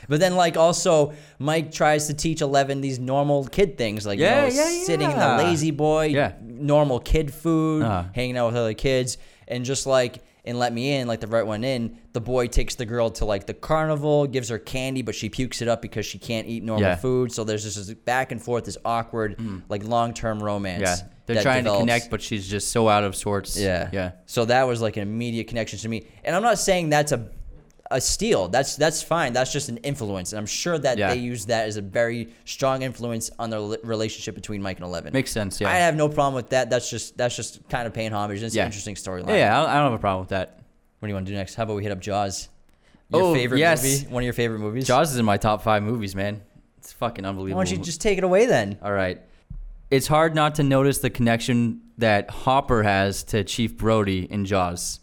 [SPEAKER 2] But then, like, also, Mike tries to teach Eleven these normal kid things, like,
[SPEAKER 1] Yeah,
[SPEAKER 2] you know,
[SPEAKER 1] yeah,
[SPEAKER 2] sitting in the
[SPEAKER 1] yeah.
[SPEAKER 2] lazy boy,
[SPEAKER 1] Yeah.
[SPEAKER 2] normal kid food,
[SPEAKER 1] Uh-huh.
[SPEAKER 2] hanging out with other kids, and just like, and let me in, like, the right one in, the boy takes the girl to, like, the carnival, gives her candy, but she pukes it up because she can't eat normal
[SPEAKER 1] Yeah. Mm.
[SPEAKER 2] food. So there's just this back and forth, this awkward, like, long term romance.
[SPEAKER 1] Yeah, they're
[SPEAKER 2] that
[SPEAKER 1] trying
[SPEAKER 2] develops.
[SPEAKER 1] to connect, but she's just so out of sorts.
[SPEAKER 2] Yeah.
[SPEAKER 1] yeah.
[SPEAKER 2] So that was like an immediate connection to me. And I'm not saying that's a a steal. That's that's fine. That's just an influence. And I'm sure that
[SPEAKER 1] Yeah.
[SPEAKER 2] they use that as a very strong influence on the rela- relationship between Mike and Eleven.
[SPEAKER 1] Makes sense.
[SPEAKER 2] I
[SPEAKER 1] Yeah,
[SPEAKER 2] have no problem with that. That's just that's just kind of paying homage. It's
[SPEAKER 1] Yeah.
[SPEAKER 2] an interesting storyline.
[SPEAKER 1] yeah. yeah I, don't, I don't have a problem with that.
[SPEAKER 2] What do you want to do next? How about we hit up Jaws? Your
[SPEAKER 1] Oh,
[SPEAKER 2] favorite
[SPEAKER 1] yes.
[SPEAKER 2] movie? One of your favorite movies?
[SPEAKER 1] Jaws is in my top five movies, man. It's fucking
[SPEAKER 2] Why
[SPEAKER 1] unbelievable.
[SPEAKER 2] don't you just take it away then?
[SPEAKER 1] All right. It's hard not to notice the connection that Hopper has to Chief Brody in Jaws.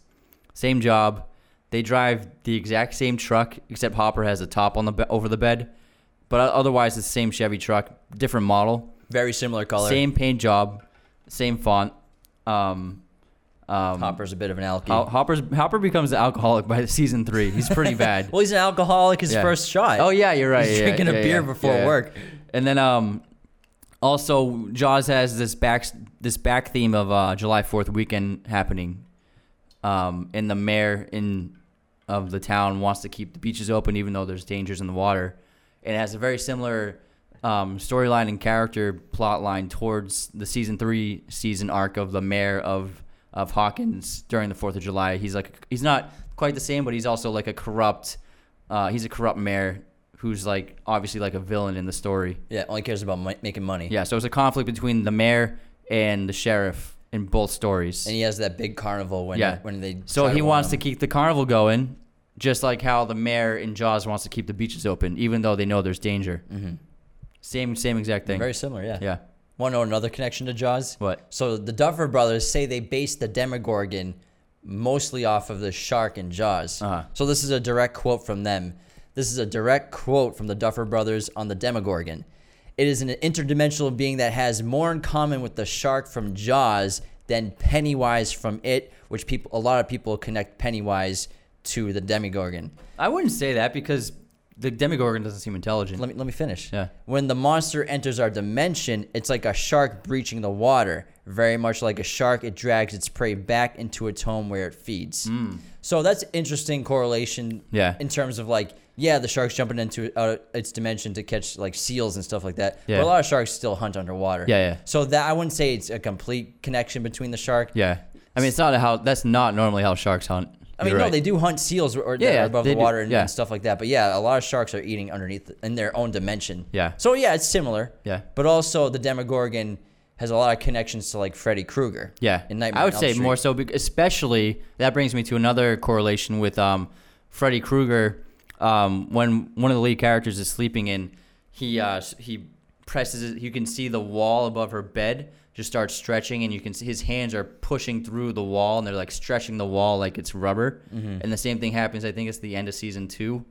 [SPEAKER 1] Same job. They drive the exact same truck, except Hopper has a top on the be- over the bed. But o- otherwise, it's the same Chevy truck, different model,
[SPEAKER 2] Very similar color.
[SPEAKER 1] same paint job, same font. Um, um,
[SPEAKER 2] Hopper's a bit of an alky.
[SPEAKER 1] Ho- Hopper's Hopper becomes an alcoholic by *laughs* season three. He's pretty bad.
[SPEAKER 2] *laughs* well, he's an alcoholic. His
[SPEAKER 1] Yeah.
[SPEAKER 2] first shot.
[SPEAKER 1] oh yeah, you're right.
[SPEAKER 2] He's
[SPEAKER 1] yeah,
[SPEAKER 2] drinking a
[SPEAKER 1] yeah,
[SPEAKER 2] beer
[SPEAKER 1] yeah,
[SPEAKER 2] before
[SPEAKER 1] yeah.
[SPEAKER 2] work.
[SPEAKER 1] And then um, also Jaws has this back this back theme of uh, July Fourth weekend happening. Um, and the mayor in of the town wants to keep the beaches open even though there's dangers in the water. It has a very similar um, storyline and character plot line towards the season three season arc of the mayor of of Hawkins during the Fourth of July. He's like he's not quite the same, but he's also like a corrupt. Uh, he's a corrupt mayor who's like obviously like a villain in the story.
[SPEAKER 2] Yeah, only cares about mi- making money.
[SPEAKER 1] Yeah, so it's a conflict between the mayor and the sheriff in both stories.
[SPEAKER 2] And he has that big carnival when
[SPEAKER 1] Yeah.
[SPEAKER 2] when they.
[SPEAKER 1] So he wants to keep the carnival going, just like how the mayor in Jaws wants to keep the beaches open, even though they know there's danger.
[SPEAKER 2] hmm
[SPEAKER 1] Same, same exact thing.
[SPEAKER 2] Very similar, yeah.
[SPEAKER 1] yeah.
[SPEAKER 2] Want to know another connection to Jaws?
[SPEAKER 1] What?
[SPEAKER 2] So the Duffer brothers say they based the Demogorgon mostly off of the shark in Jaws.
[SPEAKER 1] Uh-huh.
[SPEAKER 2] So this is a direct quote from them. This is a direct quote from the Duffer brothers on the Demogorgon. It is an interdimensional being that has more in common with the shark from Jaws than Pennywise from It, which people a lot of people connect Pennywise to the Demogorgon.
[SPEAKER 1] I wouldn't say that because the Demogorgon doesn't seem intelligent.
[SPEAKER 2] Let me let me finish.
[SPEAKER 1] Yeah.
[SPEAKER 2] When the monster enters our dimension, it's like a shark breaching the water. Very much like a shark, it drags its prey back into its home where it feeds. So that's interesting correlation.
[SPEAKER 1] Hmm. Yeah.
[SPEAKER 2] In terms of like, yeah, the shark's jumping into uh, its dimension to catch like seals and stuff like that.
[SPEAKER 1] Yeah.
[SPEAKER 2] But a lot of sharks still hunt underwater.
[SPEAKER 1] Yeah, yeah.
[SPEAKER 2] So that I wouldn't say it's a complete connection between the shark.
[SPEAKER 1] yeah. I mean, it's not how. That's not normally how sharks hunt.
[SPEAKER 2] I mean,
[SPEAKER 1] You're
[SPEAKER 2] no,
[SPEAKER 1] right.
[SPEAKER 2] they do hunt seals or, or
[SPEAKER 1] Yeah,
[SPEAKER 2] that
[SPEAKER 1] yeah,
[SPEAKER 2] are above
[SPEAKER 1] they
[SPEAKER 2] the
[SPEAKER 1] do.
[SPEAKER 2] water and,
[SPEAKER 1] Yeah.
[SPEAKER 2] and stuff like that. But yeah, a lot of sharks are eating underneath in their own dimension.
[SPEAKER 1] Yeah.
[SPEAKER 2] So yeah, it's similar.
[SPEAKER 1] Yeah.
[SPEAKER 2] But also, the Demogorgon has a lot of connections to like Freddy Krueger.
[SPEAKER 1] Yeah,
[SPEAKER 2] In Nightmare
[SPEAKER 1] I would
[SPEAKER 2] on Elm
[SPEAKER 1] say
[SPEAKER 2] Street.
[SPEAKER 1] more so, bec- especially that brings me to another correlation with um, Freddy Krueger. Um, when one of the lead characters is sleeping in, he uh, s- he presses. It, you can see the wall above her bed just starts stretching, and you can see his hands are pushing through the wall, and they're like stretching the wall like it's rubber. And the same thing happens. I think it's the end of season two.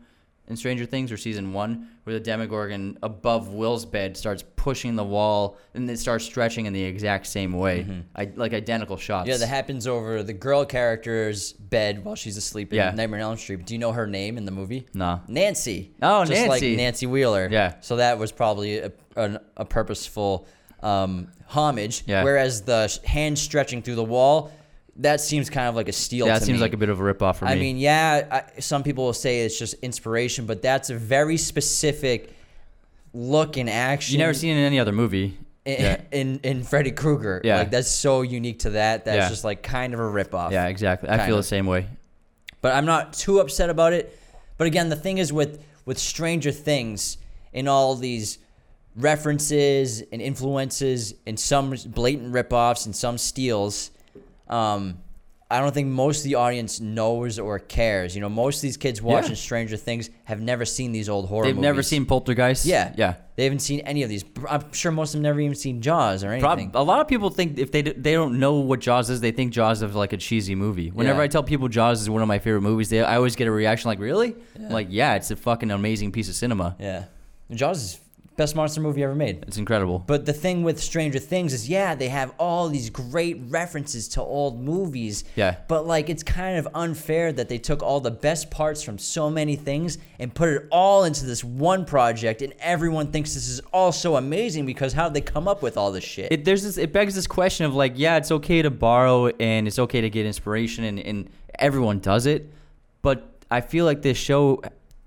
[SPEAKER 1] In Stranger Things or season one, where the Demogorgon above Will's bed starts pushing the wall and it starts stretching in the exact same way, I, like identical shots.
[SPEAKER 2] Yeah, that happens over the girl character's bed while she's asleep in
[SPEAKER 1] Yeah.
[SPEAKER 2] Nightmare on Elm Street. Do you know her name in the movie?
[SPEAKER 1] nah.
[SPEAKER 2] Nancy.
[SPEAKER 1] Oh,
[SPEAKER 2] Just
[SPEAKER 1] Nancy.
[SPEAKER 2] like Nancy Wheeler.
[SPEAKER 1] Yeah.
[SPEAKER 2] So that was probably a, an, a purposeful um, homage.
[SPEAKER 1] Yeah.
[SPEAKER 2] Whereas the sh- hand stretching through the wall, that seems kind of like a steal.
[SPEAKER 1] Yeah, that
[SPEAKER 2] to
[SPEAKER 1] seems
[SPEAKER 2] me.
[SPEAKER 1] like a bit of a ripoff for
[SPEAKER 2] I
[SPEAKER 1] me.
[SPEAKER 2] mean, yeah, I, some people will say it's just inspiration, but that's a very specific look in action.
[SPEAKER 1] you never seen it in any other movie.
[SPEAKER 2] in,
[SPEAKER 1] yeah.
[SPEAKER 2] *laughs* in in Freddy Krueger.
[SPEAKER 1] Yeah.
[SPEAKER 2] like that's so unique to that. That's
[SPEAKER 1] Yeah.
[SPEAKER 2] just like kind of a ripoff.
[SPEAKER 1] yeah, exactly. I
[SPEAKER 2] kind
[SPEAKER 1] feel
[SPEAKER 2] of.
[SPEAKER 1] the same way.
[SPEAKER 2] but I'm not too upset about it. But again, the thing is with with Stranger Things and all these references and influences and some blatant ripoffs and some steals. Um, I don't think most of the audience knows or cares. You know, most of these kids watching Stranger Things have never seen these old horror.
[SPEAKER 1] They've never
[SPEAKER 2] movies.
[SPEAKER 1] seen Poltergeist.
[SPEAKER 2] Yeah,
[SPEAKER 1] yeah.
[SPEAKER 2] They haven't seen any of these. I'm sure most of them never even seen Jaws or anything.
[SPEAKER 1] Prob- a lot of people think if they d- they don't know what Jaws is, they think Jaws is like a cheesy movie. Whenever
[SPEAKER 2] Yeah.
[SPEAKER 1] I tell people Jaws is one of my favorite movies, they I always get a reaction like, "Really?" I'm like, yeah, it's a fucking amazing piece of cinema.
[SPEAKER 2] Yeah, Jaws is best monster movie ever made.
[SPEAKER 1] It's incredible.
[SPEAKER 2] But the thing with Stranger Things is, yeah, they have all these great references to old movies.
[SPEAKER 1] Yeah.
[SPEAKER 2] But like, it's kind of unfair that they took all the best parts from so many things and put it all into this one project, and everyone thinks this is all so amazing because how would they come up with all this shit?
[SPEAKER 1] it there's this it begs this question of like yeah it's okay to borrow and it's okay to get inspiration and, and everyone does it but i feel like this show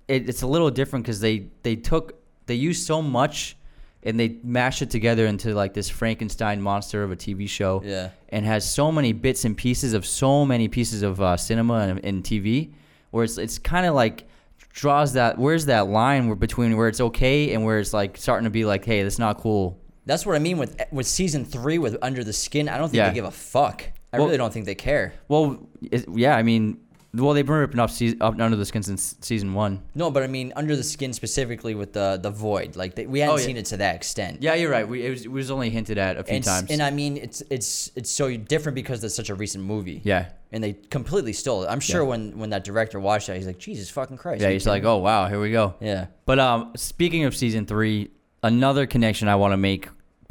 [SPEAKER 1] it, it's a little different because they they took they used so much and they mashed it together into like this frankenstein monster of a tv show
[SPEAKER 2] Yeah.
[SPEAKER 1] and has so many bits and pieces of so many pieces of uh, cinema and, and tv where it's, it's kind of like draws that where's that line where between where it's okay and where it's like starting to be like hey that's not cool
[SPEAKER 2] That's what I mean with with season three with Under the Skin. I don't think
[SPEAKER 1] Yeah.
[SPEAKER 2] they give a fuck. I
[SPEAKER 1] Well-
[SPEAKER 2] really don't think they care.
[SPEAKER 1] Well, it, yeah, I mean, Well, they've been ripping up, season, up under the skin since season one.
[SPEAKER 2] No, but I mean under the skin specifically with the the void. Like they, we hadn't
[SPEAKER 1] Oh, yeah.
[SPEAKER 2] seen it to that extent.
[SPEAKER 1] Yeah, you're right. We it was, it was only hinted at a few
[SPEAKER 2] and, s-
[SPEAKER 1] times.
[SPEAKER 2] and I mean it's it's it's so different because it's such a recent movie.
[SPEAKER 1] yeah,
[SPEAKER 2] And they completely stole it. I'm sure
[SPEAKER 1] Yeah.
[SPEAKER 2] when when that director watched that, he's like, Jesus fucking Christ.
[SPEAKER 1] yeah.
[SPEAKER 2] you
[SPEAKER 1] He's
[SPEAKER 2] kidding
[SPEAKER 1] like, oh wow, here we go.
[SPEAKER 2] me?" Yeah.
[SPEAKER 1] But um, speaking of season three, another connection I want to make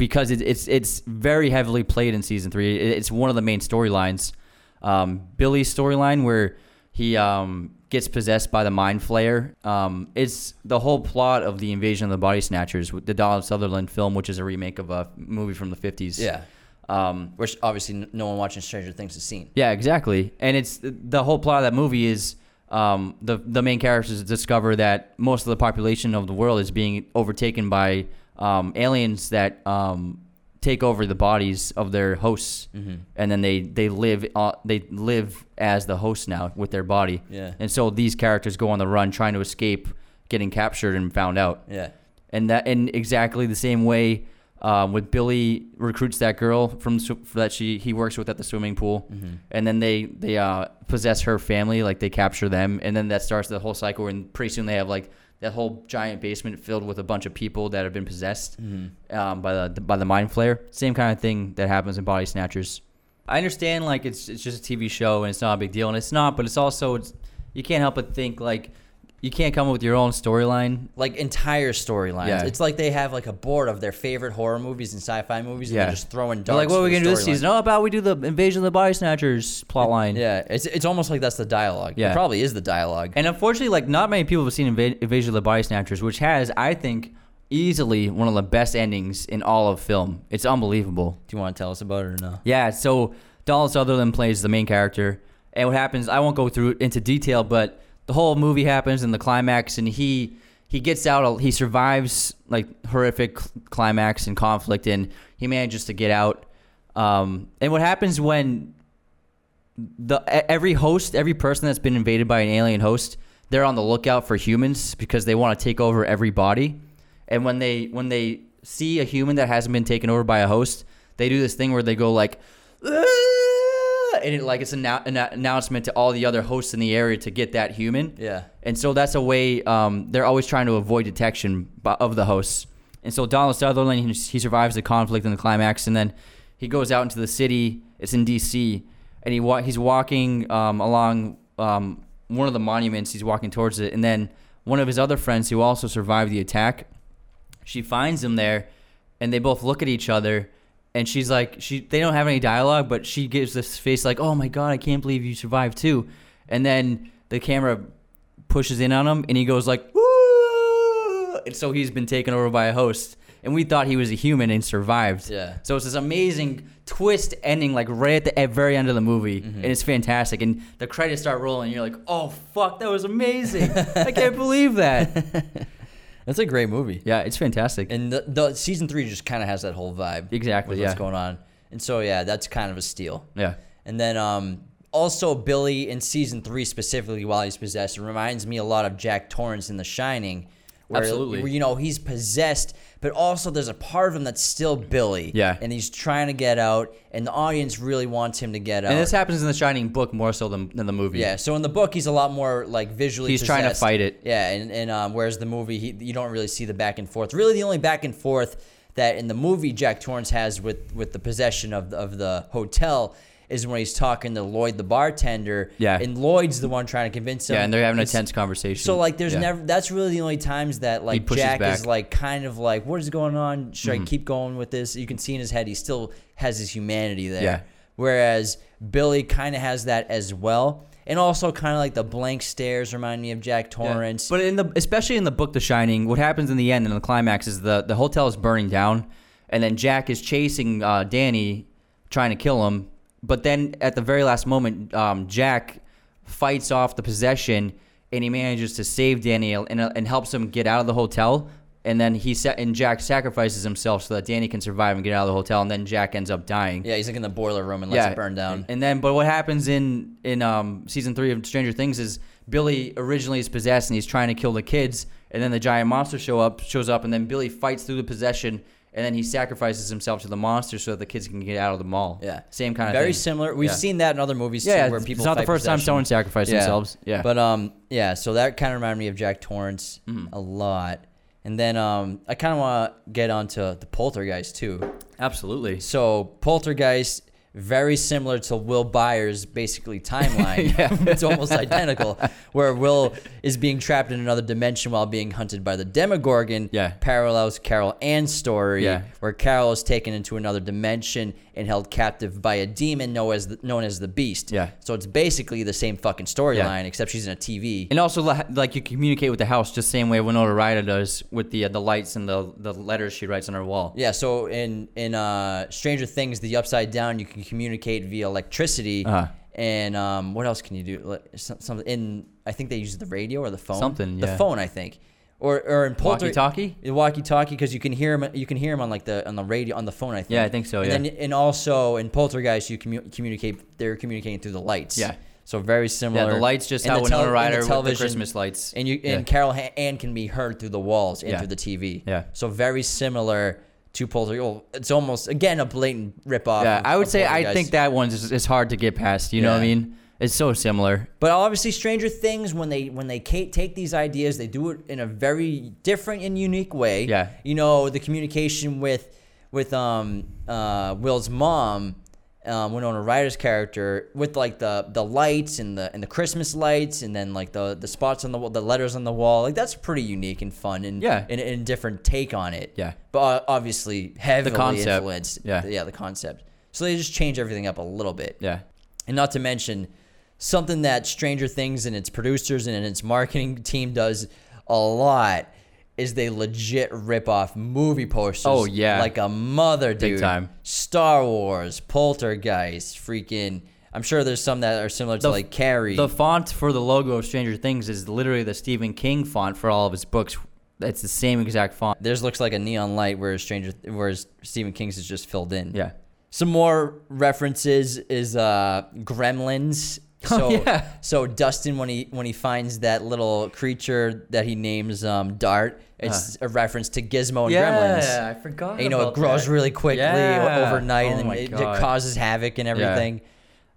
[SPEAKER 1] because it, it's it's very heavily played in season three. It, it's one of the main storylines. Um, Billy's storyline where he um, gets possessed by the mind flayer. Um, it's the whole plot of the invasion of the body snatchers, with the Donald Sutherland film, which is a remake of a movie from the fifties.
[SPEAKER 2] Yeah.
[SPEAKER 1] Um,
[SPEAKER 2] Which obviously n- no one watching Stranger Things has seen.
[SPEAKER 1] yeah, exactly. And it's the whole plot of that movie is um, the the main characters discover that most of the population of the world is being overtaken by um, aliens that um, take over the bodies of their hosts, and then they they live uh, they live as the host now with their body.
[SPEAKER 2] Yeah.
[SPEAKER 1] And so these characters go on the run trying to escape getting captured and found out
[SPEAKER 2] Yeah.
[SPEAKER 1] and that in exactly the same way um, with Billy recruits that girl from sw- that she he works with at the swimming pool, and then they they uh, possess her family, like they capture them, and then that starts the whole cycle. And pretty soon they have like that whole giant basement filled with a bunch of people that have been possessed um, by the by the mind flayer. Same kind of thing that happens in Body Snatchers. I understand like it's it's just a TV show and it's not a big deal, and it's not, but it's also it's you can't help but think like you can't come up with your own storyline
[SPEAKER 2] Like entire storylines.
[SPEAKER 1] Yeah.
[SPEAKER 2] It's like they have like a board of their favorite horror movies and sci-fi movies, and
[SPEAKER 1] Yeah.
[SPEAKER 2] they're just throwing
[SPEAKER 1] They're
[SPEAKER 2] darts.
[SPEAKER 1] like, what are
[SPEAKER 2] for
[SPEAKER 1] we
[SPEAKER 2] the
[SPEAKER 1] gonna do this
[SPEAKER 2] storyline.
[SPEAKER 1] season? Oh, about we do the invasion of the body snatchers plot line.
[SPEAKER 2] Yeah, it's it's almost like that's the dialogue. It
[SPEAKER 1] Yeah.
[SPEAKER 2] probably is the dialogue.
[SPEAKER 1] And unfortunately, like not many people have seen Inva- Invasion of the Body Snatchers, which has, I think, easily one of the best endings in all of film. It's unbelievable.
[SPEAKER 2] do you want to tell us about it or no?
[SPEAKER 1] Yeah. So Donald Sutherland plays the main character, and what happens? I won't go through it into detail, but the whole movie happens in the climax, and he he gets out. He survives like horrific cl- climax and conflict, and he manages to get out. Um, and what happens when the e- every host, every person that's been invaded by an alien host, they're on the lookout for humans because they want to take over every body. And when they when they see a human that hasn't been taken over by a host, they do this thing where they go like, "Ah!" and it like it's an, an announcement to all the other hosts in the area to get that human.
[SPEAKER 2] Yeah.
[SPEAKER 1] And so that's a way um, they're always trying to avoid detection by- of the hosts. And so Donald Sutherland, he, he survives the conflict and the climax, and then he goes out into the city. It's in D.C. and he wa- he's walking um, along um, one of the monuments. He's walking towards it, and then one of his other friends who also survived the attack, she finds him there, and they both look at each other. And she's like, she they don't have any dialogue, but she gives this face like, "Oh my god, I can't believe you survived too." And then the camera pushes in on him and he goes like Woo! and so he's been taken over by a host and we thought he was a human and survived
[SPEAKER 2] Yeah.
[SPEAKER 1] so it's this amazing twist ending like right at the at very end of the movie and it's fantastic and the credits start rolling and you're like oh fuck that was amazing i can't believe that
[SPEAKER 2] That's a great movie.
[SPEAKER 1] yeah it's fantastic
[SPEAKER 2] And the, the season three just kind of has that whole vibe.
[SPEAKER 1] Exactly,
[SPEAKER 2] With
[SPEAKER 1] yeah.
[SPEAKER 2] What's going on? And so yeah, that's kind of a steal.
[SPEAKER 1] yeah
[SPEAKER 2] And then um, also Billy in season three specifically, while he's possessed, reminds me a lot of Jack Torrance in The Shining. Where,
[SPEAKER 1] Absolutely.
[SPEAKER 2] Where, you know he's possessed, but also there's a part of him that's still Billy.
[SPEAKER 1] Yeah.
[SPEAKER 2] And he's trying to get out, and the audience really wants him to get out.
[SPEAKER 1] and this happens in the shining book more so than, than the movie
[SPEAKER 2] Yeah, so in the book he's a lot more like visually.
[SPEAKER 1] He's trying to
[SPEAKER 2] possessed.
[SPEAKER 1] fight it.
[SPEAKER 2] Yeah, and, and um, whereas the movie he, you don't really see the back and forth. Really, the only back and forth that in the movie Jack Torrance has with with the possession of of the hotel is when he's talking to Lloyd the bartender.
[SPEAKER 1] Yeah.
[SPEAKER 2] and Lloyd's the one trying to convince him.
[SPEAKER 1] yeah and they're having a
[SPEAKER 2] It's-
[SPEAKER 1] tense conversation
[SPEAKER 2] So like, there's
[SPEAKER 1] Yeah.
[SPEAKER 2] never. That's really the only times that like
[SPEAKER 1] pushes
[SPEAKER 2] Jack is
[SPEAKER 1] back. Mm-hmm.
[SPEAKER 2] like kind of like, what is going on? Should I keep going with this? You can see in his head he still has his humanity there.
[SPEAKER 1] Yeah.
[SPEAKER 2] Whereas Billy kind of has that as well, and also kind of like the blank stares remind me of Jack
[SPEAKER 1] Yeah.
[SPEAKER 2] Torrance.
[SPEAKER 1] But in the especially in the book The Shining, what happens in the end in the climax is the the hotel is burning down, and then Jack is chasing uh, Danny, trying to kill him. But then at the very last moment, um, Jack fights off the possession, and he manages to save Danny and, and helps him get out of the hotel. And then he sa- and Jack sacrifices himself so that Danny can survive and get out of the hotel. And then Jack ends up dying
[SPEAKER 2] yeah, he's like in the boiler room and lets it burn down.
[SPEAKER 1] and- And then, but what happens in in um, season three of Stranger Things is Billy originally is possessed and he's trying to kill the kids, and then the giant monster show up shows up, and then Billy fights through the possession and then he sacrifices himself to the monster so that the kids can get out of the mall.
[SPEAKER 2] Yeah.
[SPEAKER 1] same kind of
[SPEAKER 2] Very
[SPEAKER 1] thing.
[SPEAKER 2] similar. We've
[SPEAKER 1] Yeah.
[SPEAKER 2] seen that in other movies
[SPEAKER 1] Yeah,
[SPEAKER 2] too, where
[SPEAKER 1] it's
[SPEAKER 2] people.
[SPEAKER 1] not the
[SPEAKER 2] fight
[SPEAKER 1] first time
[SPEAKER 2] possession.
[SPEAKER 1] someone sacrificed
[SPEAKER 2] Yeah.
[SPEAKER 1] themselves. Yeah,
[SPEAKER 2] But um, yeah. So that kind of reminded me of Jack Torrance
[SPEAKER 1] Mm.
[SPEAKER 2] a lot. And then um, I kind of want to get onto the Poltergeist too.
[SPEAKER 1] absolutely.
[SPEAKER 2] So Poltergeist, very similar to Will Byers'
[SPEAKER 1] *laughs*
[SPEAKER 2] basically timeline. *laughs* it's almost identical, where Will is being trapped in another dimension while being hunted by the Demogorgon.
[SPEAKER 1] Yeah.
[SPEAKER 2] parallels Carol Ann's story,
[SPEAKER 1] Yeah.
[SPEAKER 2] where Carol is taken into another dimension and held captive by a demon known as the, known as the Beast.
[SPEAKER 1] Yeah.
[SPEAKER 2] so it's basically the same fucking storyline, except she's in a TV.
[SPEAKER 1] And also, li- like you communicate with the house just same way Winona Ryder does with the uh, the lights and the the letters she writes on her wall.
[SPEAKER 2] Yeah, so in in uh, Stranger Things, the Upside Down, you can communicate via electricity,
[SPEAKER 1] Uh-huh.
[SPEAKER 2] and um, what else can you do? Like, some- Something in I think they use the radio or the phone.
[SPEAKER 1] Something,
[SPEAKER 2] The
[SPEAKER 1] yeah.
[SPEAKER 2] phone, I think, or or in Polter-
[SPEAKER 1] Walkie-talkie?
[SPEAKER 2] the walkie-talkie, because you can hear him. You can hear him on like the on the radio on the phone. I think.
[SPEAKER 1] Yeah, I think so,
[SPEAKER 2] And
[SPEAKER 1] yeah.
[SPEAKER 2] then, and also in Poltergeist, you commu- communicate. They're communicating through the lights.
[SPEAKER 1] Yeah.
[SPEAKER 2] So very similar.
[SPEAKER 1] Yeah, the lights just
[SPEAKER 2] And
[SPEAKER 1] how
[SPEAKER 2] the tel-
[SPEAKER 1] Winona
[SPEAKER 2] and
[SPEAKER 1] Ryder
[SPEAKER 2] the
[SPEAKER 1] with the
[SPEAKER 2] television-
[SPEAKER 1] Christmas lights.
[SPEAKER 2] and you
[SPEAKER 1] Yeah.
[SPEAKER 2] and Carol Ha- Ann can be heard through the walls and
[SPEAKER 1] Yeah.
[SPEAKER 2] through the TV.
[SPEAKER 1] Yeah.
[SPEAKER 2] So very similar to Poltergeist. Well, it's almost again a blatant ripoff.
[SPEAKER 1] yeah,
[SPEAKER 2] of-
[SPEAKER 1] I would
[SPEAKER 2] of
[SPEAKER 1] say I
[SPEAKER 2] Poltergeist.
[SPEAKER 1] think that one's is, is hard to get past. You know what I
[SPEAKER 2] Yeah.
[SPEAKER 1] mean? It's so similar.
[SPEAKER 2] But obviously, Stranger Things when they when they ca- take these ideas, they do it in a very different and unique way.
[SPEAKER 1] Yeah.
[SPEAKER 2] You know the communication with with um uh Will's mom. Um, Winona Ryder's character with like the the lights and the and the Christmas lights and then like the the spots on the wall, the letters on the wall, like that's pretty unique and fun and
[SPEAKER 1] Yeah.
[SPEAKER 2] and, and different take on it.
[SPEAKER 1] Yeah.
[SPEAKER 2] but uh, obviously heavily
[SPEAKER 1] concept.
[SPEAKER 2] influenced.
[SPEAKER 1] Yeah.
[SPEAKER 2] yeah, the concept. So they just change everything up a little bit.
[SPEAKER 1] Yeah,
[SPEAKER 2] And not to mention something that Stranger Things and its producers and its marketing team does a lot is they legit rip off movie posters.
[SPEAKER 1] Oh, yeah.
[SPEAKER 2] like a mother, dude.
[SPEAKER 1] time.
[SPEAKER 2] Star Wars, Poltergeist, freaking. I'm sure there's some that are similar to
[SPEAKER 1] The-
[SPEAKER 2] like Carrie.
[SPEAKER 1] the font for the logo of Stranger Things is literally the Stephen King font for all of his books. It's the same exact font.
[SPEAKER 2] Theirs looks like a neon light, whereas Stranger, whereas Stephen King's is just filled in.
[SPEAKER 1] Yeah.
[SPEAKER 2] Some more references is uh, Gremlins.
[SPEAKER 1] *laughs*
[SPEAKER 2] So,
[SPEAKER 1] Oh, yeah.
[SPEAKER 2] so Dustin when he when he finds that little creature that he names um, Dart, it's a reference to
[SPEAKER 1] Oh,
[SPEAKER 2] Gizmo and Gremlins.
[SPEAKER 1] I forgot.
[SPEAKER 2] And, you know, it grows really quickly
[SPEAKER 1] Yeah.
[SPEAKER 2] overnight,
[SPEAKER 1] Oh
[SPEAKER 2] and
[SPEAKER 1] my
[SPEAKER 2] then it, it
[SPEAKER 1] God.
[SPEAKER 2] causes havoc and everything.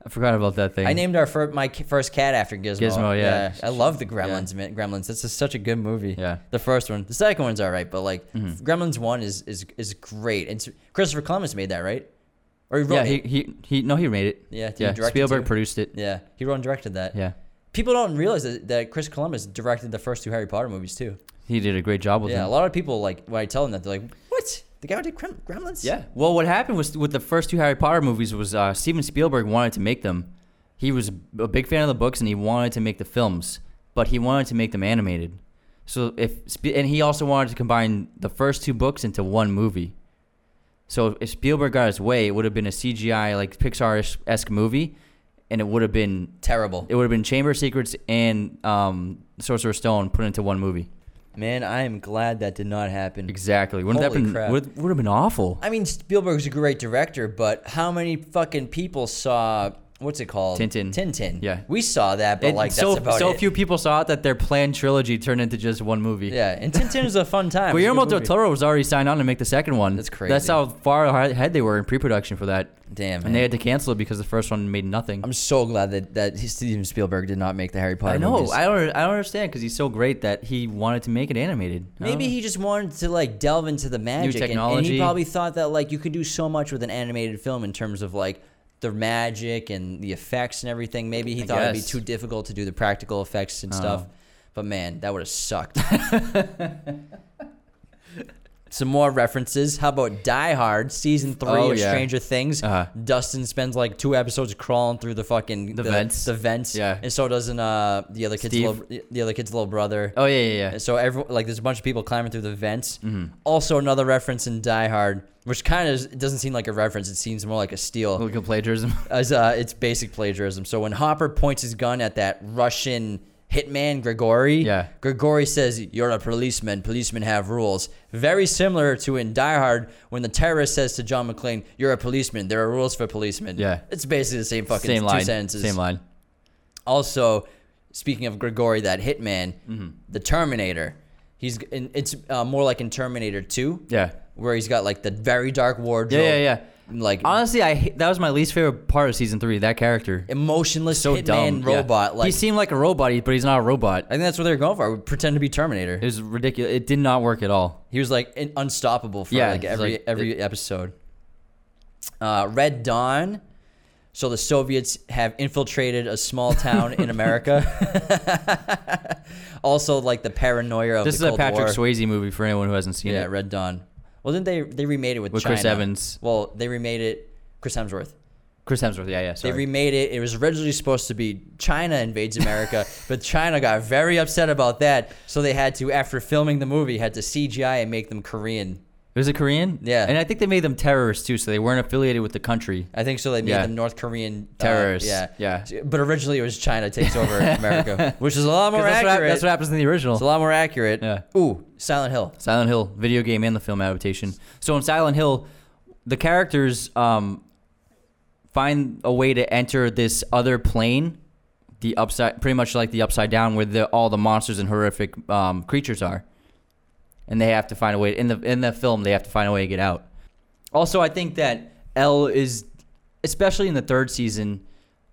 [SPEAKER 1] I forgot about that thing.
[SPEAKER 2] I named our fir- my ki- first cat after Gizmo.
[SPEAKER 1] Gizmo, yeah.
[SPEAKER 2] I love the Gremlins. man Gremlins. That's just such a good movie.
[SPEAKER 1] Yeah. Mm-hmm.
[SPEAKER 2] The first one. The second one's all right, but like Gremlins one is is is great. And Christopher Columbus made that, right? Or he wrote
[SPEAKER 1] Yeah,
[SPEAKER 2] it.
[SPEAKER 1] he, he he no, he made it.
[SPEAKER 2] Yeah, he
[SPEAKER 1] yeah.
[SPEAKER 2] directed
[SPEAKER 1] Spielberg
[SPEAKER 2] too.
[SPEAKER 1] produced it.
[SPEAKER 2] Yeah, he wrote and directed that.
[SPEAKER 1] Yeah,
[SPEAKER 2] People don't realize that, that Chris Columbus directed the first two Harry Potter movies too.
[SPEAKER 1] he did a great job with
[SPEAKER 2] Yeah, a
[SPEAKER 1] it.
[SPEAKER 2] lot of people like when I tell them that they're like, "What? The guy who did Grem- Gremlins?"
[SPEAKER 1] Well, what happened was with the first two Harry Potter movies was uh, Steven Spielberg wanted to make them. He was a big fan of the books and he wanted to make the films, but he wanted to make them animated. So if Sp- and he also wanted to combine the first two books into one movie. So if Spielberg got his way, it would have been a CGI like Pixar esque movie, and it would have been
[SPEAKER 2] terrible.
[SPEAKER 1] It would have been Chamber of Secrets and um, Sorcerer's Stone put into one movie.
[SPEAKER 2] Man, I am glad that did not happen.
[SPEAKER 1] Exactly. Wouldn't
[SPEAKER 2] Holy
[SPEAKER 1] that been
[SPEAKER 2] crap.
[SPEAKER 1] would would have been awful?
[SPEAKER 2] I mean, Spielberg's a great director, but how many fucking people saw what's it called?
[SPEAKER 1] Tintin.
[SPEAKER 2] Tintin.
[SPEAKER 1] Yeah.
[SPEAKER 2] we saw that, but
[SPEAKER 1] It-
[SPEAKER 2] like
[SPEAKER 1] so
[SPEAKER 2] that's about
[SPEAKER 1] so
[SPEAKER 2] it.
[SPEAKER 1] few people saw it that their planned trilogy turned into just one movie.
[SPEAKER 2] *laughs* Yeah, and Tintin was a
[SPEAKER 1] *laughs*
[SPEAKER 2] fun time. It was a
[SPEAKER 1] Guillermo
[SPEAKER 2] good
[SPEAKER 1] del
[SPEAKER 2] movie.
[SPEAKER 1] Toro was already signed on to make the second one.
[SPEAKER 2] That's
[SPEAKER 1] That's
[SPEAKER 2] crazy.
[SPEAKER 1] how far ahead they were in pre-production for that.
[SPEAKER 2] Damn, man.
[SPEAKER 1] And they had to cancel it because the first one made nothing.
[SPEAKER 2] I'm so glad that that Steven Spielberg did not make the Harry Potter.
[SPEAKER 1] I know.
[SPEAKER 2] movies.
[SPEAKER 1] I don't. I don't understand because he's so great that he wanted to make it animated. I don't
[SPEAKER 2] Maybe
[SPEAKER 1] know.
[SPEAKER 2] he just wanted to like delve into the magic, and- And,
[SPEAKER 1] Oh. technology.
[SPEAKER 2] he probably thought that like you could do so much with an animated film in terms of like the magic and the effects and everything. Maybe he
[SPEAKER 1] I
[SPEAKER 2] thought it'd be
[SPEAKER 1] guess. Oh.
[SPEAKER 2] too difficult to do the practical effects and stuff. But man, that would
[SPEAKER 1] *laughs*
[SPEAKER 2] have sucked. Some more references. How about Die Hard season three
[SPEAKER 1] Oh,
[SPEAKER 2] of
[SPEAKER 1] yeah.
[SPEAKER 2] Stranger Things?
[SPEAKER 1] Uh-huh.
[SPEAKER 2] Dustin spends like two episodes crawling through the fucking
[SPEAKER 1] The vents.
[SPEAKER 2] the vents,
[SPEAKER 1] Yeah.
[SPEAKER 2] and so doesn't uh the other kid's
[SPEAKER 1] Steve.
[SPEAKER 2] little, the other kid's little brother.
[SPEAKER 1] Oh yeah, yeah, yeah.
[SPEAKER 2] And so every like there's a bunch of people climbing through the vents.
[SPEAKER 1] Mm-hmm.
[SPEAKER 2] Also another reference in Die Hard, which kind of it doesn't seem like a reference. It seems more like a steal.
[SPEAKER 1] Look at plagiarism.
[SPEAKER 2] As uh, it's basic plagiarism. So when Hopper points his gun at that Russian hitman Grigori,
[SPEAKER 1] Yeah.
[SPEAKER 2] Grigori says, "You're a policeman. Policemen have rules." Very similar to in Die Hard when the terrorist says to John McClane, "You're a policeman. There are rules for policemen."
[SPEAKER 1] Yeah.
[SPEAKER 2] it's basically the same *laughs* fucking
[SPEAKER 1] Same
[SPEAKER 2] two
[SPEAKER 1] line.
[SPEAKER 2] sentences.
[SPEAKER 1] Same line.
[SPEAKER 2] Also, speaking of Grigori, that
[SPEAKER 1] Mm-hmm.
[SPEAKER 2] hitman, the Terminator, he's and it's uh, more like in Terminator Two.
[SPEAKER 1] Yeah.
[SPEAKER 2] where he's got like the very dark wardrobe.
[SPEAKER 1] Yeah, yeah, yeah.
[SPEAKER 2] Like
[SPEAKER 1] Honestly, I hate- that was my least favorite part of season three. That character,
[SPEAKER 2] emotionless
[SPEAKER 1] so
[SPEAKER 2] hitman
[SPEAKER 1] dumb yeah.
[SPEAKER 2] robot. Like
[SPEAKER 1] he seemed like a robot, but he's not a robot.
[SPEAKER 2] I think that's what they were going for. would pretend to be Terminator.
[SPEAKER 1] It was ridiculous. It did not work at all.
[SPEAKER 2] He was like in- unstoppable for
[SPEAKER 1] Yeah,
[SPEAKER 2] like
[SPEAKER 1] it's
[SPEAKER 2] every
[SPEAKER 1] like-
[SPEAKER 2] every episode. Uh, Red Dawn. So the Soviets have infiltrated a small
[SPEAKER 1] *laughs*
[SPEAKER 2] town in America. *laughs* also, like the paranoia of
[SPEAKER 1] This is
[SPEAKER 2] the
[SPEAKER 1] a
[SPEAKER 2] Cold
[SPEAKER 1] Patrick
[SPEAKER 2] War.
[SPEAKER 1] Swayze movie for anyone who hasn't seen
[SPEAKER 2] yeah,
[SPEAKER 1] it.
[SPEAKER 2] Red Dawn. Well, then they they remade it with,
[SPEAKER 1] With
[SPEAKER 2] China.
[SPEAKER 1] Chris Evans.
[SPEAKER 2] Well, they remade it. Chris Hemsworth.
[SPEAKER 1] Chris Hemsworth. Yeah, yeah. Sorry.
[SPEAKER 2] They remade it. It was originally supposed to be China
[SPEAKER 1] *laughs*
[SPEAKER 2] invades America, but China got very upset about that, so they had to, after filming the movie, had to CGI and make them Korean.
[SPEAKER 1] it was a Korean.
[SPEAKER 2] Yeah.
[SPEAKER 1] and I think they made them terrorists too, so they weren't affiliated with the country.
[SPEAKER 2] I think so. They made
[SPEAKER 1] Yeah.
[SPEAKER 2] them North Korean uh,
[SPEAKER 1] Terrorists.
[SPEAKER 2] yeah,
[SPEAKER 1] Yeah.
[SPEAKER 2] But originally, it was China
[SPEAKER 1] *laughs*
[SPEAKER 2] takes over America, which is a lot
[SPEAKER 1] 'Cause
[SPEAKER 2] more
[SPEAKER 1] That's what, hap-
[SPEAKER 2] accurate.
[SPEAKER 1] that's what happens in the original.
[SPEAKER 2] it's a lot more accurate.
[SPEAKER 1] Yeah.
[SPEAKER 2] Ooh, Silent Hill.
[SPEAKER 1] Silent Hill video game and the film adaptation. So in Silent Hill, the characters um, find a way to enter this other plane, the upside, pretty much like the upside down, where the, all the monsters and horrific um, creatures are, and they have to find a way. In the in the film, they have to find a way to get out. Also, I think that Elle is, especially in the third season,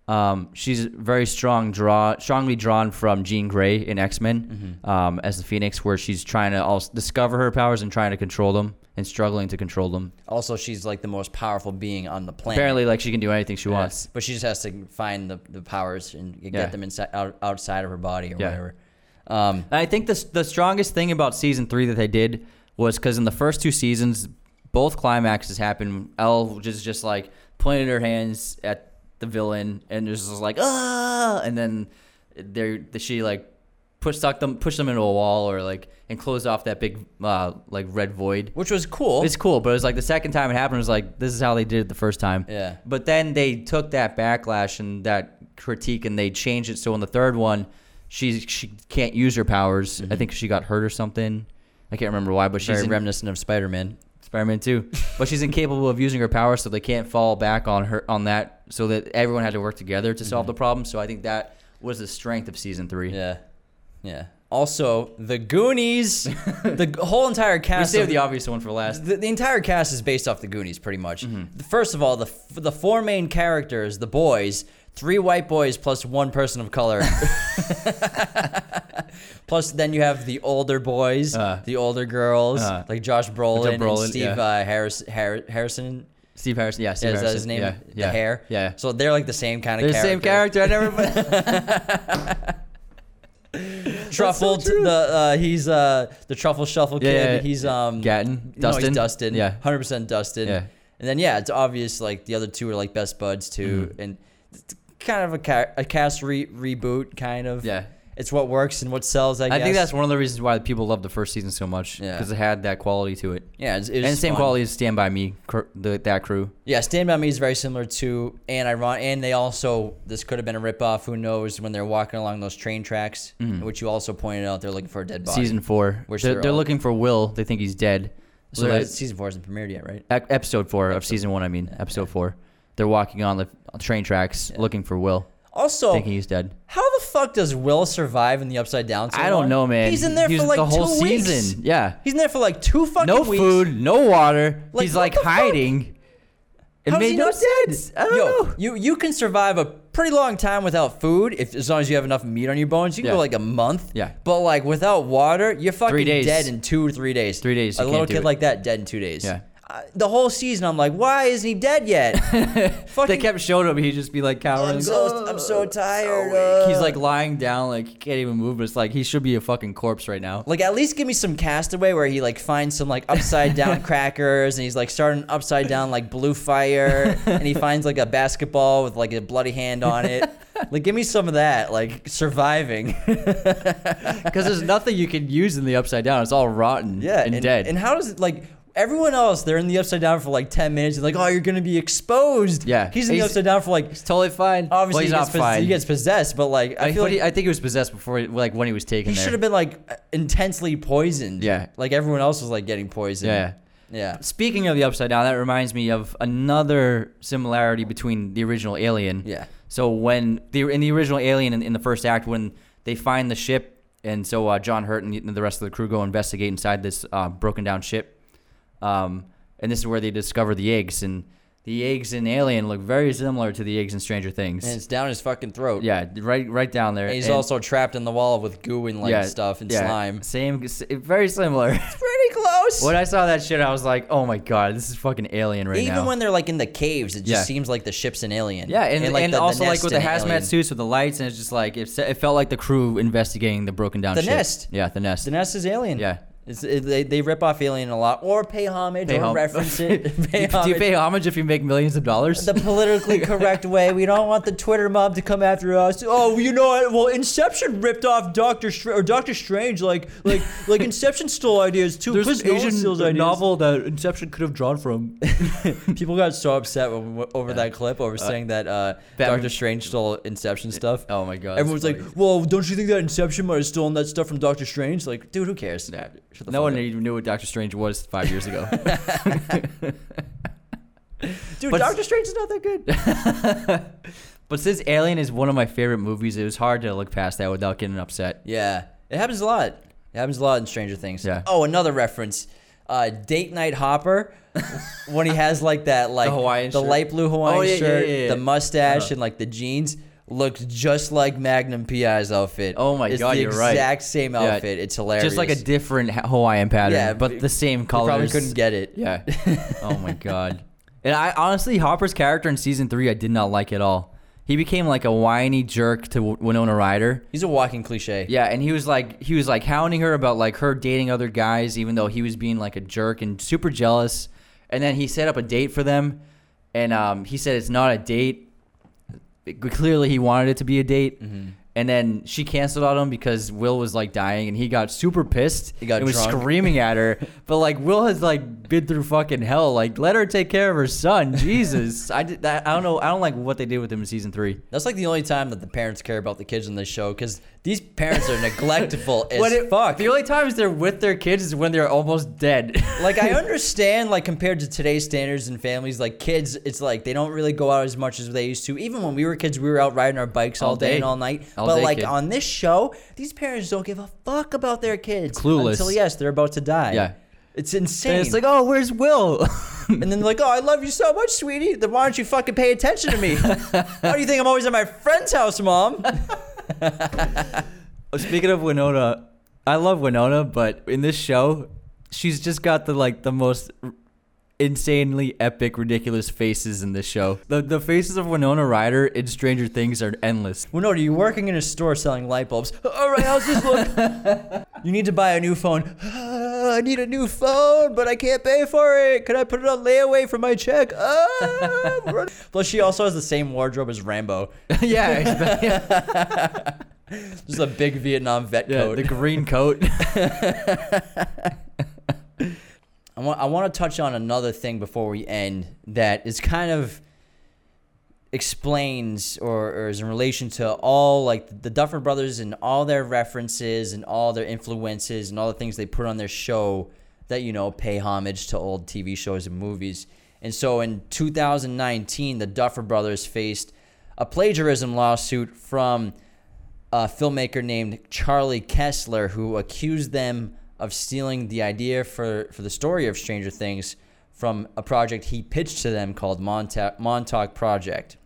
[SPEAKER 1] um, she's very strong draw, strongly drawn from Jean Grey in X Men um, as the Phoenix, where she's trying to also discover her powers and trying to control them and struggling to control them.
[SPEAKER 2] Also, she's like the most powerful being on the planet.
[SPEAKER 1] Apparently, like she can do anything she
[SPEAKER 2] Yeah.
[SPEAKER 1] wants.
[SPEAKER 2] But she just has to find the, the powers and get
[SPEAKER 1] Yeah.
[SPEAKER 2] them inside out, outside of her body or
[SPEAKER 1] Yeah.
[SPEAKER 2] whatever. Um,
[SPEAKER 1] And I think the the strongest thing about season three that they did was because in the first two seasons, both climaxes happened. Elle just just like pointed her hands at the villain and was just like ah, and then there she like pushed stuck them pushed them into a wall or like and closed off that big uh, like red void.
[SPEAKER 2] which was cool.
[SPEAKER 1] It's cool, but it was like the second time it happened it was like this is how they did it the first time.
[SPEAKER 2] yeah.
[SPEAKER 1] But then they took that backlash and that critique and they changed it. So in the third one, she she can't use her powers.
[SPEAKER 2] Mm-hmm.
[SPEAKER 1] I think she got hurt or something. I can't remember why, but she's
[SPEAKER 2] Very
[SPEAKER 1] in
[SPEAKER 2] reminiscent of Spider Man.
[SPEAKER 1] Spider-Man too. but she's incapable of using her powers, so they can't fall back on her on that. So that everyone had to work together to solve the problem. So I think that was the strength of season three.
[SPEAKER 2] Mm-hmm. Yeah. Yeah. Also, the
[SPEAKER 1] *laughs*
[SPEAKER 2] Goonies, the g- whole entire
[SPEAKER 1] We
[SPEAKER 2] cast.
[SPEAKER 1] saved
[SPEAKER 2] of-
[SPEAKER 1] the obvious one for last.
[SPEAKER 2] the, the entire cast is based off the Goonies, pretty much.
[SPEAKER 1] Mm-hmm.
[SPEAKER 2] The- First of all, the f- the four main characters, the boys, three white boys plus one person
[SPEAKER 1] *laughs*
[SPEAKER 2] of color. plus, then you have the older boys,
[SPEAKER 1] Uh.
[SPEAKER 2] the older girls,
[SPEAKER 1] Uh.
[SPEAKER 2] like Josh Brolin,
[SPEAKER 1] Brolin,
[SPEAKER 2] and Steve
[SPEAKER 1] yeah.
[SPEAKER 2] uh, Harris, Har- Harrison.
[SPEAKER 1] Steve Harrison. Yeah, Steve
[SPEAKER 2] is that
[SPEAKER 1] Harrison.
[SPEAKER 2] his name?
[SPEAKER 1] Yeah,
[SPEAKER 2] the
[SPEAKER 1] yeah.
[SPEAKER 2] hair.
[SPEAKER 1] Yeah.
[SPEAKER 2] So they're like the same kind of
[SPEAKER 1] They're the same character. I
[SPEAKER 2] *laughs*
[SPEAKER 1] never.
[SPEAKER 2] Truffle,
[SPEAKER 1] That's so true.
[SPEAKER 2] the uh, he's uh, the truffle shuffle
[SPEAKER 1] Yeah,
[SPEAKER 2] kid.
[SPEAKER 1] yeah, yeah.
[SPEAKER 2] He's um
[SPEAKER 1] Gatton.
[SPEAKER 2] no, he's
[SPEAKER 1] Dustin.
[SPEAKER 2] Dustin.
[SPEAKER 1] Yeah.
[SPEAKER 2] hundred percent Dustin.
[SPEAKER 1] Yeah.
[SPEAKER 2] And then yeah, it's obvious like the other two are like best buds too,
[SPEAKER 1] Mm-hmm.
[SPEAKER 2] and it's kind of a, ca- a cast re- reboot kind of.
[SPEAKER 1] Yeah.
[SPEAKER 2] It's what works and what sells. I,
[SPEAKER 1] I
[SPEAKER 2] guess.
[SPEAKER 1] think that's one of the reasons why people love the first season so much
[SPEAKER 2] Yeah.
[SPEAKER 1] because it had that quality to it.
[SPEAKER 2] yeah, it's, it's
[SPEAKER 1] and the same
[SPEAKER 2] fun.
[SPEAKER 1] quality as Stand By Me, cr- the, that crew.
[SPEAKER 2] Yeah, Stand by Me is very similar to and Iron, and they also this could have been a ripoff. Who knows? When they're walking along those train tracks, which you also pointed out, they're looking for a dead body.
[SPEAKER 1] Mm-hmm. Season four.
[SPEAKER 2] Which
[SPEAKER 1] they're,
[SPEAKER 2] they're
[SPEAKER 1] they're
[SPEAKER 2] all-
[SPEAKER 1] looking for Will. They think he's dead.
[SPEAKER 2] so
[SPEAKER 1] So
[SPEAKER 2] that-
[SPEAKER 1] that-
[SPEAKER 2] season four hasn't premiered yet, right?
[SPEAKER 1] ep- episode four of season one, I mean, episode four. They're walking on the train tracks looking for Will,
[SPEAKER 2] Also,
[SPEAKER 1] thinking he's dead.
[SPEAKER 2] How the fuck does Will survive in the Upside Down? so
[SPEAKER 1] I don't
[SPEAKER 2] long?
[SPEAKER 1] know, man.
[SPEAKER 2] He's in there
[SPEAKER 1] He was
[SPEAKER 2] for like
[SPEAKER 1] the whole
[SPEAKER 2] two weeks.
[SPEAKER 1] season. Yeah.
[SPEAKER 2] He's in there for like two fucking
[SPEAKER 1] No
[SPEAKER 2] weeks.
[SPEAKER 1] food, no water.
[SPEAKER 2] Like,
[SPEAKER 1] he's
[SPEAKER 2] what
[SPEAKER 1] like
[SPEAKER 2] the fuck?
[SPEAKER 1] hiding. It
[SPEAKER 2] How does
[SPEAKER 1] made
[SPEAKER 2] he
[SPEAKER 1] no
[SPEAKER 2] know-
[SPEAKER 1] sense. I don't
[SPEAKER 2] Yo,
[SPEAKER 1] know. *laughs*
[SPEAKER 2] you you can survive a pretty long time without food if as long as you have enough meat on your bones. You can
[SPEAKER 1] Yeah.
[SPEAKER 2] go like a month.
[SPEAKER 1] Yeah.
[SPEAKER 2] But like without water, you're fucking
[SPEAKER 1] days.
[SPEAKER 2] dead in two or three days.
[SPEAKER 1] Three days,
[SPEAKER 2] A
[SPEAKER 1] you
[SPEAKER 2] little
[SPEAKER 1] can't do
[SPEAKER 2] kid
[SPEAKER 1] it.
[SPEAKER 2] like that dead in two days.
[SPEAKER 1] Yeah.
[SPEAKER 2] I- the whole season, I'm like, why isn't he dead yet?
[SPEAKER 1] *laughs* They
[SPEAKER 2] fucking
[SPEAKER 1] kept showing him. He'd just be like cowering.
[SPEAKER 2] I'm so, I'm so tired. uh."
[SPEAKER 1] He's like lying down, like he can't even move. But it's like he should be a fucking corpse right now. *laughs*
[SPEAKER 2] Like at least give me some castaway where he like finds some like
[SPEAKER 1] *laughs*
[SPEAKER 2] upside down crackers and he's like starting upside down like blue fire and he finds like a basketball with like a bloody hand
[SPEAKER 1] *laughs*
[SPEAKER 2] on it. Like give me some of that, like surviving.
[SPEAKER 1] Because there's nothing you can use in the upside down. It's all rotten
[SPEAKER 2] yeah,
[SPEAKER 1] and, dead.
[SPEAKER 2] And how does it like everyone else they're in the upside down for like ten minutes and like, oh you're gonna be exposed.
[SPEAKER 1] Yeah.
[SPEAKER 2] He's in the
[SPEAKER 1] He's-
[SPEAKER 2] upside down for like
[SPEAKER 1] it's totally fine.
[SPEAKER 2] obviously
[SPEAKER 1] Well,
[SPEAKER 2] he,
[SPEAKER 1] he's
[SPEAKER 2] gets
[SPEAKER 1] not
[SPEAKER 2] pos-
[SPEAKER 1] fine.
[SPEAKER 2] he gets possessed, but like
[SPEAKER 1] I,
[SPEAKER 2] I, feel
[SPEAKER 1] thought
[SPEAKER 2] like
[SPEAKER 1] he, I think he was possessed before, he- like when he was taken
[SPEAKER 2] he should
[SPEAKER 1] there.
[SPEAKER 2] have been like intensely poisoned.
[SPEAKER 1] Yeah.
[SPEAKER 2] Like everyone else was like getting poisoned.
[SPEAKER 1] Yeah.
[SPEAKER 2] Yeah.
[SPEAKER 1] Speaking of the upside down, that reminds me of another similarity between the original Alien.
[SPEAKER 2] Yeah.
[SPEAKER 1] So when the in the original Alien in, in the first act, when they find the ship, and so uh, John Hurt and the rest of the crew go investigate inside this uh, broken down ship, Um, and this is where they discover the eggs, and the eggs in Alien look very similar to the eggs in Stranger Things.
[SPEAKER 2] And it's down his fucking throat.
[SPEAKER 1] yeah, right, right down there.
[SPEAKER 2] And he's
[SPEAKER 1] And-
[SPEAKER 2] also trapped in the wall with goo and like
[SPEAKER 1] yeah,
[SPEAKER 2] stuff and
[SPEAKER 1] yeah,
[SPEAKER 2] slime.
[SPEAKER 1] Same, s- very similar. *laughs*
[SPEAKER 2] Pretty close.
[SPEAKER 1] when I saw that shit, I was like, oh my god, this is fucking Alien right
[SPEAKER 2] Even
[SPEAKER 1] now.
[SPEAKER 2] when they're like in the caves, it just
[SPEAKER 1] Yeah.
[SPEAKER 2] seems like the ship's an alien.
[SPEAKER 1] yeah, and, and,
[SPEAKER 2] the- the
[SPEAKER 1] also like
[SPEAKER 2] nest
[SPEAKER 1] with the
[SPEAKER 2] an
[SPEAKER 1] hazmat
[SPEAKER 2] alien.
[SPEAKER 1] suits with the lights, and it's just like it, se- it felt like the crew investigating the broken down
[SPEAKER 2] The
[SPEAKER 1] ship.
[SPEAKER 2] nest.
[SPEAKER 1] Yeah, the nest.
[SPEAKER 2] The nest is alien.
[SPEAKER 1] Yeah.
[SPEAKER 2] It's, it, they, they rip off Alien a lot, or pay homage,
[SPEAKER 1] Pay
[SPEAKER 2] or
[SPEAKER 1] hom- *laughs*
[SPEAKER 2] reference it. pay
[SPEAKER 1] Do you
[SPEAKER 2] homage.
[SPEAKER 1] pay homage if you make millions of dollars?
[SPEAKER 2] the
[SPEAKER 1] *laughs*
[SPEAKER 2] politically correct way. We don't want the Twitter mob to come after us. Oh, you know, what? well, Inception ripped off Doctor Str- or Doctor Strange. Like, like,
[SPEAKER 1] *laughs*
[SPEAKER 2] like, Inception stole ideas too.
[SPEAKER 1] There's
[SPEAKER 2] Chris
[SPEAKER 1] an
[SPEAKER 2] Nolan
[SPEAKER 1] Asian
[SPEAKER 2] steals ideas.
[SPEAKER 1] novel that Inception could have drawn from.
[SPEAKER 2] People got so upset over, over that clip over saying that uh,
[SPEAKER 1] Batman-
[SPEAKER 2] Doctor Strange stole Inception stuff.
[SPEAKER 1] Oh my god.
[SPEAKER 2] Everyone's like, "Well, don't you think that Inception might have stolen that stuff from Doctor Strange?" Like, dude, who cares? Shut the
[SPEAKER 1] no
[SPEAKER 2] fuck
[SPEAKER 1] one
[SPEAKER 2] up.
[SPEAKER 1] even knew what Doctor Strange was five years
[SPEAKER 2] *laughs*
[SPEAKER 1] ago.
[SPEAKER 2] Dude,
[SPEAKER 1] But-
[SPEAKER 2] Doctor Strange is not that
[SPEAKER 1] *laughs*
[SPEAKER 2] good.
[SPEAKER 1] but since Alien is one of my favorite movies, it was hard to look past that without getting upset.
[SPEAKER 2] yeah, it happens a lot. It happens a lot in Stranger Things.
[SPEAKER 1] Yeah.
[SPEAKER 2] Oh, another reference. Uh, date
[SPEAKER 1] *laughs*
[SPEAKER 2] night Hopper, when he has like that, like
[SPEAKER 1] Hawaiian shirt.
[SPEAKER 2] light blue Hawaiian
[SPEAKER 1] Oh, yeah, yeah,
[SPEAKER 2] shirt,
[SPEAKER 1] yeah, Uh-huh. yeah.
[SPEAKER 2] the mustache, and like the jeans, looks just like Magnum PI's outfit.
[SPEAKER 1] Oh my
[SPEAKER 2] it's
[SPEAKER 1] God,
[SPEAKER 2] the
[SPEAKER 1] you're right.
[SPEAKER 2] Exact same
[SPEAKER 1] Yeah.
[SPEAKER 2] outfit. It's hilarious.
[SPEAKER 1] Just like a different Ha- Hawaiian pattern,
[SPEAKER 2] Yeah,
[SPEAKER 1] but the same
[SPEAKER 2] You
[SPEAKER 1] colors.
[SPEAKER 2] Probably couldn't get it.
[SPEAKER 1] Yeah. oh my god. And I honestly, Hopper's character in season three, I did not like at all. He became like a whiny jerk to Wi- Winona Ryder.
[SPEAKER 2] He's a walking cliche.
[SPEAKER 1] Yeah, and he was like he was like hounding her about like her dating other guys, even though he was being like a jerk and super jealous. And then he set up a date for them, and um, he said it's not a date. Clearly, he wanted it to be a date.
[SPEAKER 2] Mm-hmm.
[SPEAKER 1] And then she canceled on him because Will was like dying, and he got super pissed.
[SPEAKER 2] He got
[SPEAKER 1] and was
[SPEAKER 2] drunk.
[SPEAKER 1] screaming at
[SPEAKER 2] *laughs*
[SPEAKER 1] her. But like Will has like been through fucking hell. Like let her take care of her
[SPEAKER 2] *laughs*
[SPEAKER 1] son. Jesus, I did that. I don't know. I don't like what they did with him in season three.
[SPEAKER 2] That's like the only time that the parents care about the kids in this show because these
[SPEAKER 1] *laughs*
[SPEAKER 2] parents are neglectful as
[SPEAKER 1] When it-
[SPEAKER 2] fuck.
[SPEAKER 1] The only times they're with their kids is when they're almost dead. *laughs*
[SPEAKER 2] like I understand, like compared to today's standards and families, like kids, it's like they don't really go out as much as they used to. Even when we were kids, we were out riding our bikes all,
[SPEAKER 1] All
[SPEAKER 2] day.
[SPEAKER 1] day.
[SPEAKER 2] and all night.
[SPEAKER 1] All
[SPEAKER 2] but
[SPEAKER 1] day,
[SPEAKER 2] like
[SPEAKER 1] kid.
[SPEAKER 2] on this show, these parents don't give a fuck about their kids.
[SPEAKER 1] Clueless.
[SPEAKER 2] Until yes, they're about to die.
[SPEAKER 1] Yeah.
[SPEAKER 2] It's insane.
[SPEAKER 1] and it's like, oh, where's
[SPEAKER 2] *laughs*
[SPEAKER 1] Will?
[SPEAKER 2] And then like, oh, I love you so much, sweetie. Then why don't you fucking pay attention to me? Why do you think I'm always at my friend's house, mom?
[SPEAKER 1] Speaking of Winona, I love Winona, but in this show, she's just got the like the most r- insanely epic, ridiculous faces in this show. The the faces of Winona Ryder in Stranger Things are endless.
[SPEAKER 2] Well, no, are you working in a store selling light bulbs? All right, how's this look?
[SPEAKER 1] *laughs*
[SPEAKER 2] you need to buy a new phone. Ah, I need a new phone, but I can't pay for it. Could I put it on layaway for my check? Ah, I'm running- Plus, she also has the same wardrobe as Rambo.
[SPEAKER 1] *laughs* *laughs* yeah, exactly.
[SPEAKER 2] Just a big Vietnam vet
[SPEAKER 1] yeah,
[SPEAKER 2] coat.
[SPEAKER 1] the green coat.
[SPEAKER 2] I want I want to touch on another thing before we end that is kind of explains or, or is in relation to all like the Duffer Brothers and all their references and all their influences and all the things they put on their show that you know pay homage to old TV shows and movies. And so in 2019, the Duffer Brothers faced a plagiarism lawsuit from a filmmaker named Charlie Kessler who accused them of stealing the idea for, for the story of Stranger Things from a project he pitched to them called Monta- Montauk Project.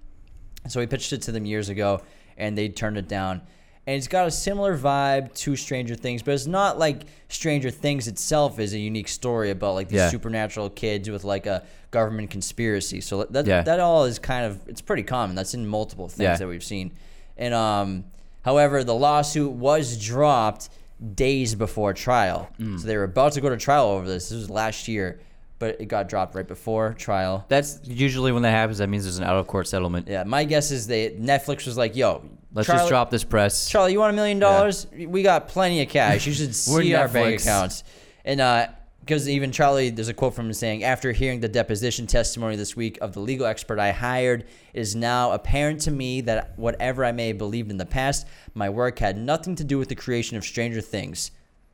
[SPEAKER 2] So he pitched it to them years ago, and they turned it down. And it's got a similar vibe to Stranger Things, but it's not like Stranger Things itself is a unique story about like these
[SPEAKER 1] Yeah.
[SPEAKER 2] supernatural kids with like a government conspiracy. So that
[SPEAKER 1] Yeah.
[SPEAKER 2] that all is kind of it's pretty common. That's in multiple things
[SPEAKER 1] Yeah.
[SPEAKER 2] that we've seen. And um, however, the lawsuit was dropped days before trial,
[SPEAKER 1] Mm.
[SPEAKER 2] so they were about to go to trial over this. This was last year, but it got dropped right before trial.
[SPEAKER 1] *laughs* That's usually when that happens. That means there's an out of court settlement.
[SPEAKER 2] Yeah, my guess is they Netflix was like, "Yo,
[SPEAKER 1] Let's
[SPEAKER 2] Charlie,
[SPEAKER 1] just drop this press.
[SPEAKER 2] Charlie, you want a million dollars? We got plenty of cash. You should
[SPEAKER 1] *laughs* We're
[SPEAKER 2] see our bank
[SPEAKER 1] Netflix.
[SPEAKER 2] accounts." And uh, because even Charlie, there's a quote from him saying, "After hearing the deposition testimony this week of the legal expert I hired, it is now apparent to me that whatever I may have believed in the past, my work had nothing to do with the creation of Stranger Things."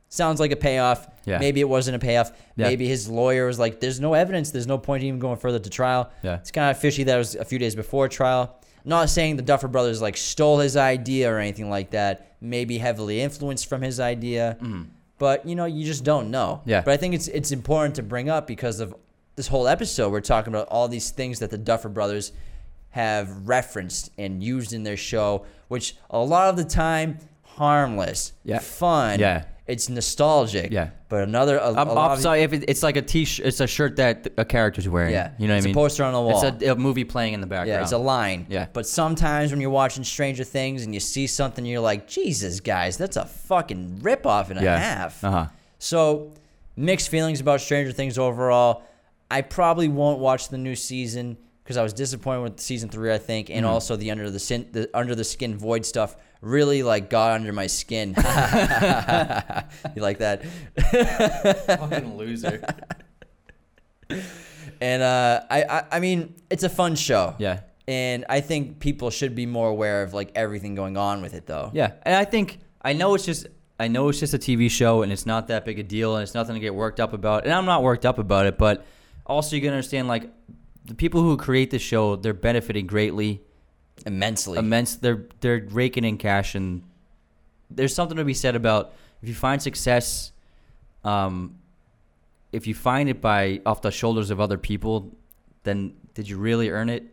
[SPEAKER 2] Sounds like a payoff.
[SPEAKER 1] Yeah.
[SPEAKER 2] Maybe it wasn't a payoff.
[SPEAKER 1] Yeah.
[SPEAKER 2] Maybe his lawyer was like, "There's no evidence. There's no point even going further to trial."
[SPEAKER 1] Yeah.
[SPEAKER 2] It's kind of fishy that it was a few days before trial. Not saying the Duffer brothers like stole his idea or anything like that. Maybe heavily influenced from his idea. But you know, you just don't know.
[SPEAKER 1] Mm-hmm. Yeah.
[SPEAKER 2] But I think it's it's important to bring up because of this whole episode. We're talking about all these things that the Duffer Brothers have referenced and used in their show, which a lot of the time harmless,
[SPEAKER 1] Yeah.
[SPEAKER 2] fun,
[SPEAKER 1] Yeah.
[SPEAKER 2] It's nostalgic,
[SPEAKER 1] Yeah.
[SPEAKER 2] But another, a,
[SPEAKER 1] I'm
[SPEAKER 2] a lot of-
[SPEAKER 1] sorry if it, it's like a t shirt, it's a shirt that a character's wearing.
[SPEAKER 2] yeah,
[SPEAKER 1] you know what
[SPEAKER 2] it's
[SPEAKER 1] I mean.
[SPEAKER 2] A poster on the wall.
[SPEAKER 1] It's a, a movie playing in the background.
[SPEAKER 2] Yeah, it's a line.
[SPEAKER 1] Yeah.
[SPEAKER 2] But sometimes when you're watching Stranger Things and you see something, you're like, Jesus, guys, that's a fucking ripoff and
[SPEAKER 1] Yeah.
[SPEAKER 2] a half.
[SPEAKER 1] Uh-huh.
[SPEAKER 2] So, mixed feelings about Stranger Things overall. I probably won't watch the new season because I was disappointed with season three, I think,
[SPEAKER 1] Mm-hmm.
[SPEAKER 2] and also the under the, sin- the under the skin void stuff really like got under my skin. *laughs* you like that?
[SPEAKER 1] fucking loser.
[SPEAKER 2] And uh, I, I I mean, it's a fun show.
[SPEAKER 1] Yeah.
[SPEAKER 2] And I think people should be more aware of like everything going on with it, though.
[SPEAKER 1] Yeah, and I think I know it's just I know it's just a TV show and it's not that big a deal and it's nothing to get worked up about. And I'm not worked up about it, but also you can understand like the people who create the show, they're benefiting greatly.
[SPEAKER 2] immensely.
[SPEAKER 1] Immense, they're they're raking in cash, and there's something to be said about if you find success, um, if you find it by off the shoulders of other people, then did you really earn it?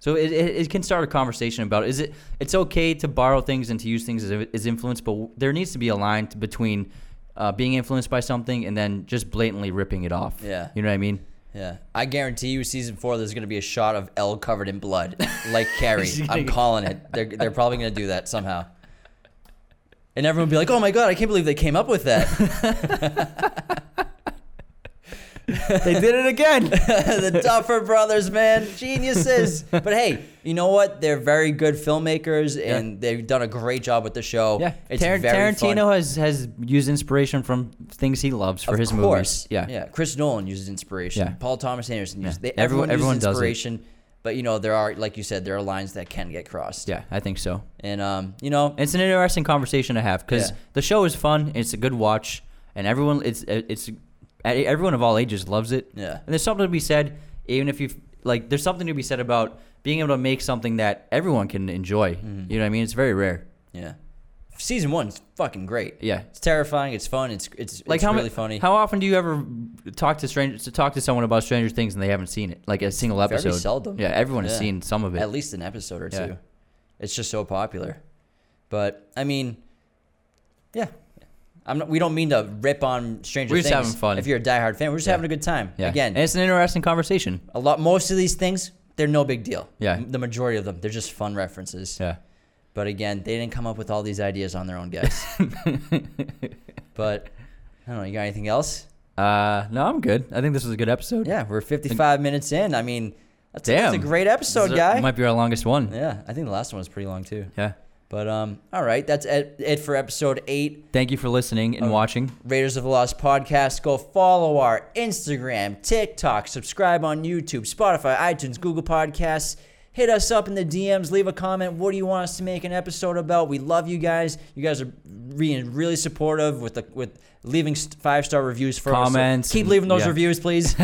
[SPEAKER 1] So it, it, it can start a conversation about is it it's okay to borrow things and to use things as, as influence, but w- there needs to be a line t- between uh, being influenced by something and then just blatantly ripping it off.
[SPEAKER 2] Yeah.
[SPEAKER 1] you know what I mean.
[SPEAKER 2] yeah, I guarantee you, season four, there's gonna be a shot of L covered in blood, like
[SPEAKER 1] *laughs*
[SPEAKER 2] Carrie. I'm calling it. They're they're probably gonna do that somehow. And everyone will be like, "Oh my god, I can't believe they came up with that." *laughs*
[SPEAKER 1] they did it again.
[SPEAKER 2] the Duffer Brothers, man, geniuses. But hey, you know what? They're very good filmmakers, and they've done a great job with the show.
[SPEAKER 1] Yeah,
[SPEAKER 2] Oh, it's
[SPEAKER 1] Tar-
[SPEAKER 2] very
[SPEAKER 1] Tarantino
[SPEAKER 2] fun.
[SPEAKER 1] has has used inspiration from things he loves for
[SPEAKER 2] of
[SPEAKER 1] his
[SPEAKER 2] course.
[SPEAKER 1] movies. Yeah,
[SPEAKER 2] yeah. Chris Nolan uses inspiration.
[SPEAKER 1] Yeah.
[SPEAKER 2] Paul Thomas Anderson uses.
[SPEAKER 1] Yeah.
[SPEAKER 2] They,
[SPEAKER 1] Everyone-
[SPEAKER 2] everyone,
[SPEAKER 1] everyone
[SPEAKER 2] uses
[SPEAKER 1] does it.
[SPEAKER 2] inspiration. But you know, there are, like you said, there are lines that can get crossed.
[SPEAKER 1] yeah, I think so.
[SPEAKER 2] And um, you know,
[SPEAKER 1] It's an interesting conversation to have because
[SPEAKER 2] Yeah.
[SPEAKER 1] the show is fun. It's a good watch, and everyone it's uh, it's e, everyone of all ages loves it.
[SPEAKER 2] Yeah.
[SPEAKER 1] and there's something to be said, even if you like. There's something to be said about being able to make something that everyone can enjoy.
[SPEAKER 2] Mm-hmm.
[SPEAKER 1] You know what I mean? It's very rare.
[SPEAKER 2] yeah, season one's fucking great.
[SPEAKER 1] Yeah.
[SPEAKER 2] It's terrifying. It's fun. It's it's
[SPEAKER 1] Like
[SPEAKER 2] it's
[SPEAKER 1] how mu-
[SPEAKER 2] really funny.
[SPEAKER 1] How often do you ever talk to strangers to talk to someone about Stranger Things and they haven't seen it? Like a single
[SPEAKER 2] Very
[SPEAKER 1] episode.
[SPEAKER 2] seldom.
[SPEAKER 1] Yeah, everyone has
[SPEAKER 2] Yeah.
[SPEAKER 1] seen some of it.
[SPEAKER 2] At least an episode or two.
[SPEAKER 1] Yeah.
[SPEAKER 2] It's just so popular. But I mean, yeah. I'm not, we don't mean to rip on Stranger
[SPEAKER 1] We're
[SPEAKER 2] Things.
[SPEAKER 1] just having fun.
[SPEAKER 2] If you're a diehard fan, we're just
[SPEAKER 1] Yeah.
[SPEAKER 2] having a good time.
[SPEAKER 1] Yeah.
[SPEAKER 2] Again,
[SPEAKER 1] and it's an interesting conversation.
[SPEAKER 2] a lot. Most of these things, they're no big deal.
[SPEAKER 1] Yeah.
[SPEAKER 2] the majority of them, they're just fun references.
[SPEAKER 1] Yeah.
[SPEAKER 2] But again, they didn't come up with all these ideas on their own,
[SPEAKER 1] *laughs*
[SPEAKER 2] guys. but I don't know. You got anything else?
[SPEAKER 1] Uh, no, I'm good. I think this was a good episode.
[SPEAKER 2] Yeah, we're 55 minutes in. I mean, that's, that's a
[SPEAKER 1] Damn.
[SPEAKER 2] great episode,
[SPEAKER 1] This is-
[SPEAKER 2] guy.
[SPEAKER 1] might be our longest one. Yeah.
[SPEAKER 2] yeah, I think the last one was pretty long too. But um, all right, that's it, it for episode eight.
[SPEAKER 1] Thank you for listening and
[SPEAKER 2] Oh.
[SPEAKER 1] watching.
[SPEAKER 2] Raiders of the Lost podcast. Go follow our Instagram, TikTok, subscribe on YouTube, Spotify, iTunes, Google Podcasts. Hit us up in the DMs, leave a comment. What do you want us to make an episode about? We love you guys. You guys are being really supportive with the with leaving five star reviews for us. So
[SPEAKER 1] Comments
[SPEAKER 2] Keep
[SPEAKER 1] and-
[SPEAKER 2] leaving those
[SPEAKER 1] yeah. *laughs*
[SPEAKER 2] reviews, please.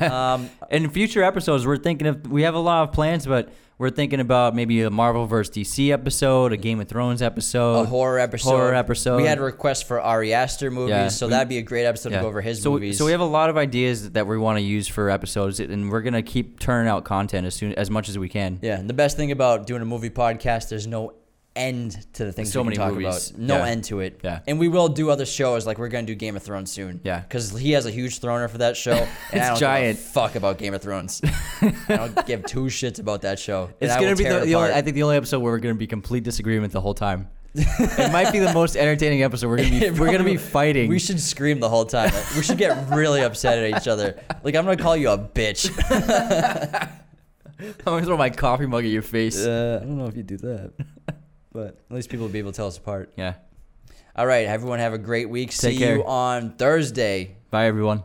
[SPEAKER 2] um,
[SPEAKER 1] In future episodes, we're thinking of we have a lot of plans, but we're thinking about maybe a Marvel versus DC episode, a Game of Thrones episode,
[SPEAKER 2] a horror episode.
[SPEAKER 1] horror episode.
[SPEAKER 2] We had a request for Ari Aster movies,
[SPEAKER 1] Yeah.
[SPEAKER 2] so
[SPEAKER 1] We-
[SPEAKER 2] that'd be a great episode to go over his
[SPEAKER 1] so,
[SPEAKER 2] movies.
[SPEAKER 1] So we have a lot of ideas that we want to use for episodes, and we're gonna keep turning out content as soon as much as we can.
[SPEAKER 2] yeah, and the best thing about doing a movie podcast, there's no end to the things
[SPEAKER 1] So
[SPEAKER 2] we can
[SPEAKER 1] many
[SPEAKER 2] talk
[SPEAKER 1] movies.
[SPEAKER 2] about. No
[SPEAKER 1] Yeah.
[SPEAKER 2] end to it.
[SPEAKER 1] Yeah.
[SPEAKER 2] and we will do other shows like we're gonna do Game of Thrones soon.
[SPEAKER 1] Yeah.
[SPEAKER 2] because he has a huge throner for
[SPEAKER 1] *laughs*
[SPEAKER 2] that show. and I
[SPEAKER 1] It's
[SPEAKER 2] don't give a
[SPEAKER 1] giant.
[SPEAKER 2] fuck about Game of
[SPEAKER 1] *laughs*
[SPEAKER 2] Thrones. I don't give two shits about that show. and
[SPEAKER 1] It's
[SPEAKER 2] I
[SPEAKER 1] gonna
[SPEAKER 2] will
[SPEAKER 1] be
[SPEAKER 2] tear
[SPEAKER 1] the,
[SPEAKER 2] it
[SPEAKER 1] the only,
[SPEAKER 2] apart.
[SPEAKER 1] I think the only episode where we're gonna be complete disagreement the whole time.
[SPEAKER 2] *laughs*
[SPEAKER 1] it might be the most entertaining episode. We're gonna be
[SPEAKER 2] It
[SPEAKER 1] we're gonna
[SPEAKER 2] *laughs* probably-
[SPEAKER 1] be fighting. *laughs*
[SPEAKER 2] We should scream the whole time. We should get really upset at each other. Like I'm gonna call you
[SPEAKER 1] *laughs*
[SPEAKER 2] a bitch.
[SPEAKER 1] I'm gonna throw my coffee mug at your face.
[SPEAKER 2] Uh, I don't know if you do that, but at least people will be able to tell us apart.
[SPEAKER 1] yeah.
[SPEAKER 2] All right, everyone, have a great week.
[SPEAKER 1] Take
[SPEAKER 2] See
[SPEAKER 1] care.
[SPEAKER 2] you on Thursday.
[SPEAKER 1] Bye everyone.